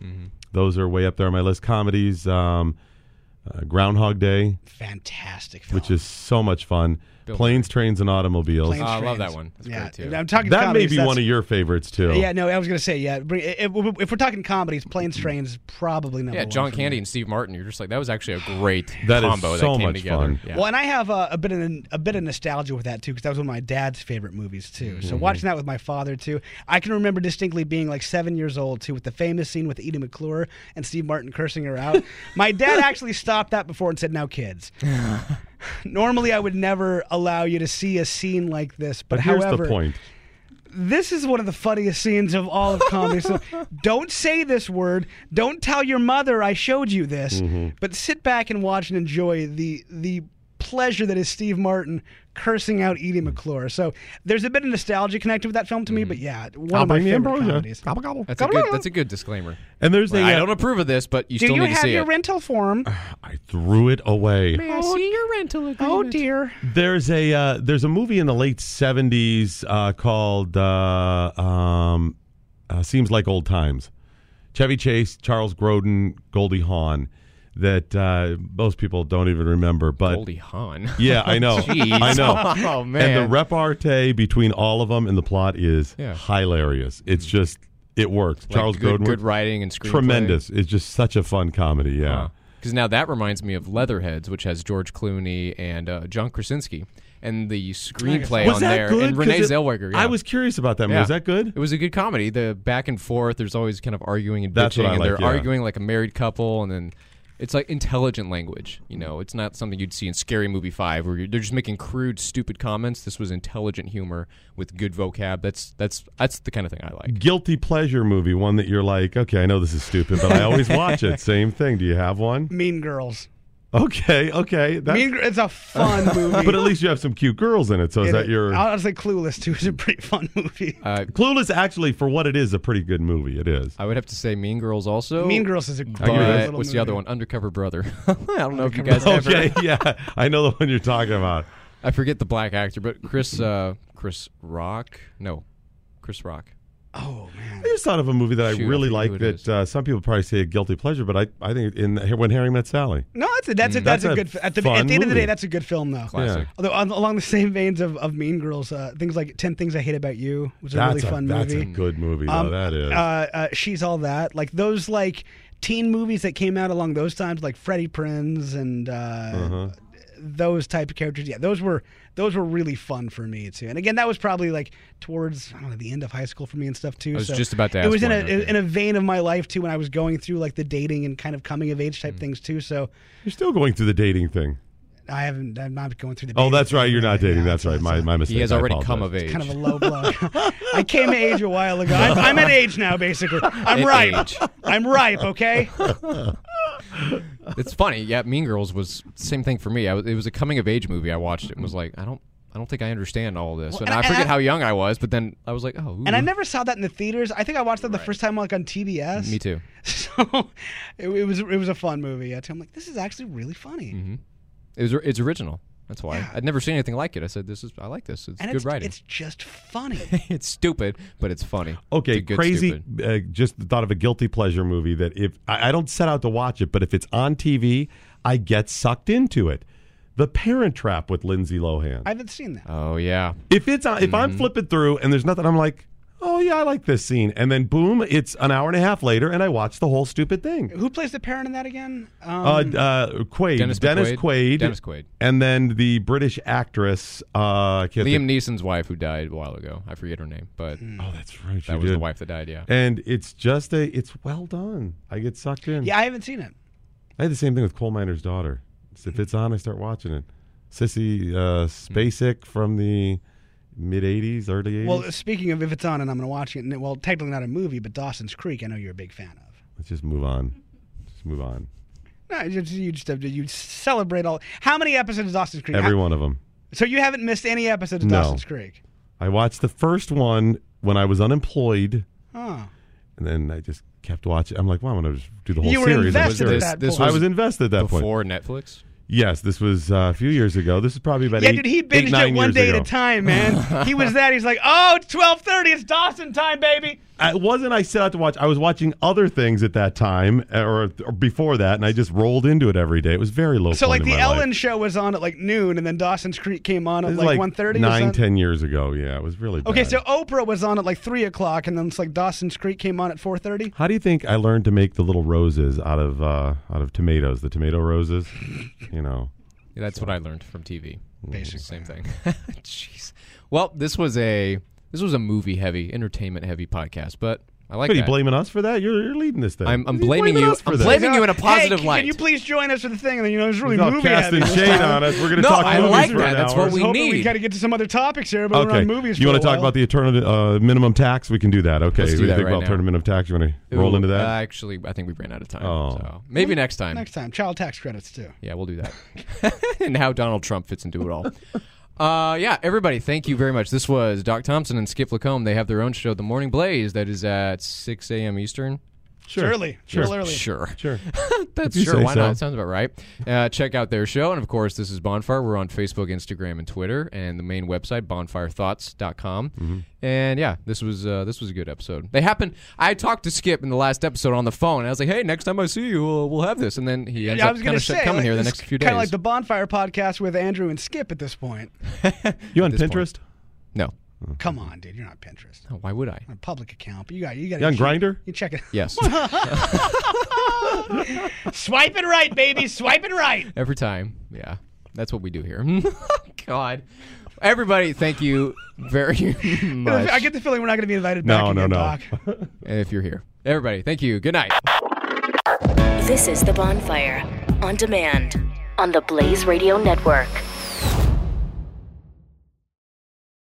Speaker 4: Those are way up there on my list. Comedies, um, uh, Groundhog Day,
Speaker 3: Fantastic film.
Speaker 4: which is so much fun. Planes, Trains, and Automobiles.
Speaker 3: Planes,
Speaker 5: Oh, I love
Speaker 3: Trains.
Speaker 5: that one. That's
Speaker 3: yeah,
Speaker 5: great, too.
Speaker 3: I'm talking
Speaker 4: that may
Speaker 3: comedies,
Speaker 4: be
Speaker 3: that's-
Speaker 4: one of your favorites too.
Speaker 3: Yeah, no, I was gonna say yeah. bring- If, if- if we're talking comedies, planes, trains, probably number
Speaker 5: Yeah,
Speaker 3: one
Speaker 5: John
Speaker 3: for me.
Speaker 5: Candy and Steve Martin. You're just like that was actually a great
Speaker 4: *sighs* That is so
Speaker 5: combo that came
Speaker 4: much
Speaker 5: together.
Speaker 4: fun.
Speaker 5: Yeah.
Speaker 3: Well, and I have uh, a bit of a bit of nostalgia with that too, because that was one of my dad's favorite movies too. So watching that with my father too, I can remember distinctly being like seven years old too, with the famous scene with Edie McClure and Steve Martin cursing her out. my dad actually stopped that before and said, "Now, kids." Normally, I would never allow you to see a scene like this, but,
Speaker 4: But here's
Speaker 3: however,
Speaker 4: the point.
Speaker 3: this is one of the funniest scenes of all of comedy.
Speaker 4: *laughs*
Speaker 3: so don't say this word. Don't tell your mother I showed you this.
Speaker 4: Mm-hmm.
Speaker 3: But sit back and watch and enjoy the the pleasure that is Steve Martin cursing out
Speaker 4: Mm-hmm.
Speaker 3: Edie McClure. So there's a bit of nostalgia connected with that film to me. But yeah, one
Speaker 4: I'll
Speaker 3: of my
Speaker 4: bring the
Speaker 3: favorite
Speaker 4: ambrosia.
Speaker 3: comedies.
Speaker 4: Gobble, gobble.
Speaker 5: That's a good. That's a good disclaimer.
Speaker 4: And there's the.
Speaker 5: I
Speaker 4: uh,
Speaker 5: don't approve of this, but you
Speaker 3: Do
Speaker 5: still
Speaker 3: you
Speaker 5: need to
Speaker 3: have
Speaker 5: see
Speaker 3: your
Speaker 5: it. Uh,
Speaker 3: rental form?
Speaker 4: I threw it away.
Speaker 3: Oh dear.
Speaker 4: There's a uh, there's a movie in the late seventies uh, called uh, um, uh, "Seems Like Old Times." Chevy Chase, Charles Grodin, Goldie Hawn. That uh, most people don't even remember, but
Speaker 5: Goldie *laughs* Hawn.
Speaker 4: yeah, I know,
Speaker 5: Jeez.
Speaker 4: I know.
Speaker 5: *laughs* Oh man.
Speaker 4: And the repartee between all of them and the plot is
Speaker 5: Yeah.
Speaker 4: hilarious. It's just it works.
Speaker 5: Like,
Speaker 4: Charles
Speaker 5: good,
Speaker 4: Grodin,
Speaker 5: good
Speaker 4: works.
Speaker 5: writing and screenplay.
Speaker 4: tremendous. It's just such a fun comedy. Yeah.
Speaker 5: Uh, Because now that reminds me of Leatherheads, which has George Clooney and uh, John Krasinski, and the screenplay
Speaker 4: Was
Speaker 5: on
Speaker 4: that
Speaker 5: there
Speaker 4: good?
Speaker 5: and Renee
Speaker 4: 'Cause it-
Speaker 5: Zellweger. Yeah.
Speaker 4: I was curious about that. movie.
Speaker 5: Yeah.
Speaker 4: Was that good?
Speaker 5: It was a good comedy. The back and forth. There's always kind of arguing and bitching,
Speaker 4: That's what I
Speaker 5: and
Speaker 4: like,
Speaker 5: they're
Speaker 4: yeah.
Speaker 5: arguing like a married couple, and then it's like intelligent language. You know, it's not something you'd see in Scary Movie Five, where you're, they're just making crude, stupid comments. This was intelligent humor with good vocab. That's that's that's the kind of thing I like.
Speaker 4: guilty pleasure movie, one that you're like, okay, I know this is stupid, but I always watch
Speaker 5: *laughs*
Speaker 4: it. Same thing. Do you have one?
Speaker 3: Mean Girls.
Speaker 4: Okay, okay. That,
Speaker 3: Mean. Gir- It's a fun movie.
Speaker 4: *laughs* but at least you have some cute girls in it. So is that your
Speaker 3: Honestly, Clueless too is a pretty fun movie.
Speaker 4: Clueless? Actually, for what it is, a pretty good movie. It is.
Speaker 5: I would have to say Mean Girls
Speaker 4: Oh.
Speaker 5: also.
Speaker 3: mean Girls is a
Speaker 5: But
Speaker 3: great
Speaker 5: what's
Speaker 3: little
Speaker 5: the other
Speaker 3: movie.
Speaker 5: one? Undercover Brother. *laughs* I don't know if you guys ever.
Speaker 4: *laughs* Okay, yeah, I know the one you're talking about.
Speaker 5: I forget the black actor, but Chris uh, Chris Rock. No, Chris Rock.
Speaker 3: Oh,
Speaker 4: I just thought of a movie that
Speaker 5: Shoot, I
Speaker 4: I really
Speaker 5: forget
Speaker 4: like.
Speaker 5: who it
Speaker 4: That
Speaker 5: is.
Speaker 4: uh, some people probably say a guilty pleasure, but I, I think in when Harry met Sally.
Speaker 3: No, that's a, that's a,
Speaker 4: That's
Speaker 3: that's,
Speaker 4: a
Speaker 3: a good. fi- At the,
Speaker 4: fun
Speaker 3: at the end of the
Speaker 4: movie.
Speaker 3: day, that's a good film though.
Speaker 5: Classic.
Speaker 3: Although on, along the same veins of, of Mean Girls, uh, things like Ten Things I Hate About You was a
Speaker 4: That's
Speaker 3: really
Speaker 4: a,
Speaker 3: fun
Speaker 4: that's a
Speaker 3: movie.
Speaker 4: good movie. though,
Speaker 3: Um,
Speaker 4: that is.
Speaker 3: Uh, uh, She's all that. Like those like teen movies that came out along those times, like Freddie Prinz and uh, those type of characters. Yeah, those were those were really fun for me too. And again, that was probably like towards I don't know the end of high school for me and stuff too.
Speaker 5: I was
Speaker 3: so
Speaker 5: just about to
Speaker 3: It
Speaker 5: ask
Speaker 3: was in a
Speaker 5: why not, yeah.
Speaker 3: in a vein of my life too when I was going through like the dating and kind of coming of age type things too. So.
Speaker 4: you're still going through the dating thing.
Speaker 3: I haven't. I'm not going through the.
Speaker 4: Oh,
Speaker 3: dating
Speaker 4: that's right.
Speaker 3: thing.
Speaker 4: You're not dating.
Speaker 3: Yeah,
Speaker 4: that's
Speaker 3: so
Speaker 4: right.
Speaker 3: it's
Speaker 4: My
Speaker 3: a-
Speaker 4: my mistake.
Speaker 5: He has
Speaker 4: I
Speaker 5: already come
Speaker 4: apologize.
Speaker 5: of age.
Speaker 3: Kind of a low blow.
Speaker 5: *laughs*
Speaker 3: I came to age a while ago. I'm, I'm at age now, basically. I'm
Speaker 5: At
Speaker 3: ripe.
Speaker 5: age.
Speaker 3: I'm ripe. Okay.
Speaker 5: It's funny. Yeah, Mean Girls was same thing for me. I was, it was a coming of age movie. I watched it and was like, I don't, I don't think I understand all this. and,
Speaker 3: and
Speaker 5: I
Speaker 3: I-
Speaker 5: forget
Speaker 3: and I-
Speaker 5: how young I was, but then I was like, oh.
Speaker 3: And I
Speaker 5: ooh.
Speaker 3: never saw that in the theaters. I think I watched that the first time like on TBS.
Speaker 5: Me too.
Speaker 3: *laughs* So it, it was it was a fun movie. Yeah, too. I'm like, this is actually really funny.
Speaker 5: Mm-hmm. It was. It's original. That's why I'd never seen anything like it. I said, this is. I like this. It's
Speaker 3: And
Speaker 5: good
Speaker 3: it's
Speaker 5: writing.
Speaker 3: it's
Speaker 5: *laughs* It's,
Speaker 3: just funny.
Speaker 5: *laughs* stupid, but it's funny. It's
Speaker 4: Okay,
Speaker 5: a good
Speaker 4: crazy.
Speaker 5: stupid.
Speaker 4: Uh, just thought of a guilty pleasure movie that if I, I don't set out to watch it, but if it's on TV, I get sucked into it. The Parent Trap with Lindsay Lohan.
Speaker 3: I haven't seen that.
Speaker 5: Oh yeah.
Speaker 4: if it's on, if
Speaker 5: Mm-hmm.
Speaker 4: I'm flipping through and there's nothing, I'm like, oh yeah, I like this scene, and then boom, it's an hour and a half later, and I watch the whole stupid thing.
Speaker 3: Who plays the parent in that again? Um,
Speaker 4: Uh, uh, Quaid,
Speaker 5: Dennis
Speaker 4: Dennis
Speaker 5: McQuaid.
Speaker 4: Quaid,
Speaker 5: Dennis Quaid.
Speaker 4: and then the British actress. Uh, I can't
Speaker 5: Liam
Speaker 4: think-
Speaker 5: Neeson's wife, who died a while ago. I forget her name, but
Speaker 3: Hmm.
Speaker 4: Oh, that's right.
Speaker 5: that
Speaker 4: you
Speaker 5: was the
Speaker 4: did.
Speaker 5: wife that died. Yeah.
Speaker 4: And it's just a, it's well done. I get sucked in.
Speaker 3: yeah, I haven't seen it.
Speaker 4: I had the same thing with Coal Miner's Daughter. It's- If it's on, I start watching it. Sissy uh, Spacek from the mid 80s, early 80s.
Speaker 3: Well, speaking of if it's on and I'm going to watch it, and well, technically not a movie, but Dawson's Creek, I know you're a big fan of.
Speaker 4: Let's just move on. Just move on.
Speaker 3: No, you just, you just have to- you celebrate all. How many episodes of Dawson's Creek?
Speaker 4: Every one of them.
Speaker 3: So you haven't missed any episodes of
Speaker 4: No.
Speaker 3: Dawson's Creek.
Speaker 4: I watched the first one when I was unemployed,
Speaker 3: Oh,
Speaker 4: and then I just kept watching. I'm like, well, I'm going to just do the whole
Speaker 3: You were
Speaker 4: series. I'm
Speaker 3: invested
Speaker 4: sure.
Speaker 3: at
Speaker 5: This-
Speaker 3: that
Speaker 5: this
Speaker 3: point.
Speaker 4: I was invested at that point.
Speaker 5: Before Netflix.
Speaker 4: Yes, this was uh, a few years ago. This is probably about
Speaker 3: yeah,
Speaker 4: eight,
Speaker 3: dude, he
Speaker 4: eight,
Speaker 3: binged
Speaker 4: nine
Speaker 3: it one
Speaker 4: years
Speaker 3: day
Speaker 4: ago.
Speaker 3: at a time,
Speaker 4: *laughs*
Speaker 3: man. he was that. He's like, oh, it's twelve thirty. It's Dawson time, baby.
Speaker 4: it wasn't I set out to watch. I was watching other things at that time, uh, or, or before that, and I just rolled into it every day. It was very low.
Speaker 3: So
Speaker 4: point
Speaker 3: like
Speaker 4: in
Speaker 3: the
Speaker 4: my
Speaker 3: Ellen
Speaker 4: life.
Speaker 3: show was on at like noon, and then Dawson's Creek came on
Speaker 4: This
Speaker 3: at
Speaker 4: is
Speaker 3: like one thirty.
Speaker 4: nine, ten years ago. Yeah, it was really.
Speaker 3: Okay,
Speaker 4: bad.
Speaker 3: so Oprah was on at like three o'clock, and then it's like Dawson's Creek came on at four thirty.
Speaker 4: how do you think I learned to make the little roses out of uh, out of tomatoes? The tomato roses, you know.
Speaker 5: Yeah, that's what I learned from TV.
Speaker 3: Basically.
Speaker 5: same thing. *laughs* Jeez. Well, this was a this was a movie heavy, entertainment heavy podcast, but I like
Speaker 4: What, are you
Speaker 5: that.
Speaker 4: blaming us for that? You're, you're leading this thing.
Speaker 5: I'm, I'm
Speaker 4: You're
Speaker 5: blaming you.
Speaker 4: us for
Speaker 5: I'm
Speaker 4: that.
Speaker 5: blaming you in a positive
Speaker 3: hey,
Speaker 5: light.
Speaker 3: Can you please join us for the thing? And then you know, it's really
Speaker 4: He's all
Speaker 3: movie
Speaker 4: casting
Speaker 3: heavy.
Speaker 4: shade on us. We're going to
Speaker 5: No,
Speaker 4: talk
Speaker 5: I
Speaker 4: movies
Speaker 5: like
Speaker 4: for
Speaker 5: that.
Speaker 4: an
Speaker 5: That's
Speaker 4: hour.
Speaker 5: what we
Speaker 3: Hoping we
Speaker 5: need.
Speaker 3: got to get to some other topics here, but we're
Speaker 4: Okay.
Speaker 3: on movies.
Speaker 4: you
Speaker 3: want to
Speaker 4: talk about the eternal, uh, minimum tax? We can do that. Okay.
Speaker 5: Let's do
Speaker 4: What you
Speaker 5: that
Speaker 4: think
Speaker 5: right
Speaker 4: about
Speaker 5: now.
Speaker 4: eternal minimum tax? You want to roll
Speaker 5: Ooh,
Speaker 4: into
Speaker 5: uh,
Speaker 4: that?
Speaker 5: actually, I think we ran out of time.
Speaker 4: Oh.
Speaker 5: So maybe next time.
Speaker 3: next time? Child tax credits too.
Speaker 5: Yeah, we'll do that. *laughs* and how Donald Trump fits into it all. Uh, yeah, everybody, thank you very much. This was Doc Thompson and Skip Lacombe. They have their own show, The Morning Blaze, that is at 6 a.m. Eastern.
Speaker 3: Sure. Surely,
Speaker 4: Sure.
Speaker 3: real early.
Speaker 5: Sure.
Speaker 4: sure.
Speaker 5: *laughs* That's
Speaker 4: you
Speaker 5: sure.
Speaker 4: say
Speaker 5: Why
Speaker 4: so.
Speaker 5: not? Sounds about right. Uh, check out their show. And of course, this is Bonfire. We're on Facebook, Instagram, and Twitter, and the main website, bonfirethoughts.com.
Speaker 3: Mm-hmm.
Speaker 5: And yeah, this was uh, this was a good episode. They happen. I talked to Skip in the last episode on the phone. And I was like, hey, next time I see you, we'll, we'll have this. And then he ends
Speaker 3: Yeah, I
Speaker 5: up
Speaker 3: was
Speaker 5: kind
Speaker 3: gonna
Speaker 5: of
Speaker 3: say
Speaker 5: coming here the
Speaker 3: it's
Speaker 5: next few days.
Speaker 3: Kind of like the bonfire podcast with Andrew and Skip at this point.
Speaker 4: You on
Speaker 5: this point.
Speaker 4: Pinterest?
Speaker 5: no.
Speaker 3: Come on, dude, you're not Pinterest.
Speaker 5: No, Why would I?
Speaker 3: On a public account, but you got you got
Speaker 4: You on Grinder?
Speaker 3: You check it.
Speaker 5: Yes.
Speaker 3: *laughs* Swipe it right, baby. Swipe it right.
Speaker 5: *laughs* Every time. Yeah. That's what we do here. *laughs* God. Everybody, thank you
Speaker 3: *laughs*
Speaker 5: very much.
Speaker 3: I get the feeling we're not going to be invited
Speaker 4: No,
Speaker 3: back
Speaker 4: no,
Speaker 3: again,
Speaker 4: no.
Speaker 3: Doc.
Speaker 4: *laughs*
Speaker 5: if you're here. Everybody, thank you. Good night.
Speaker 2: This is The Bonfire on demand on the Blaze Radio Network.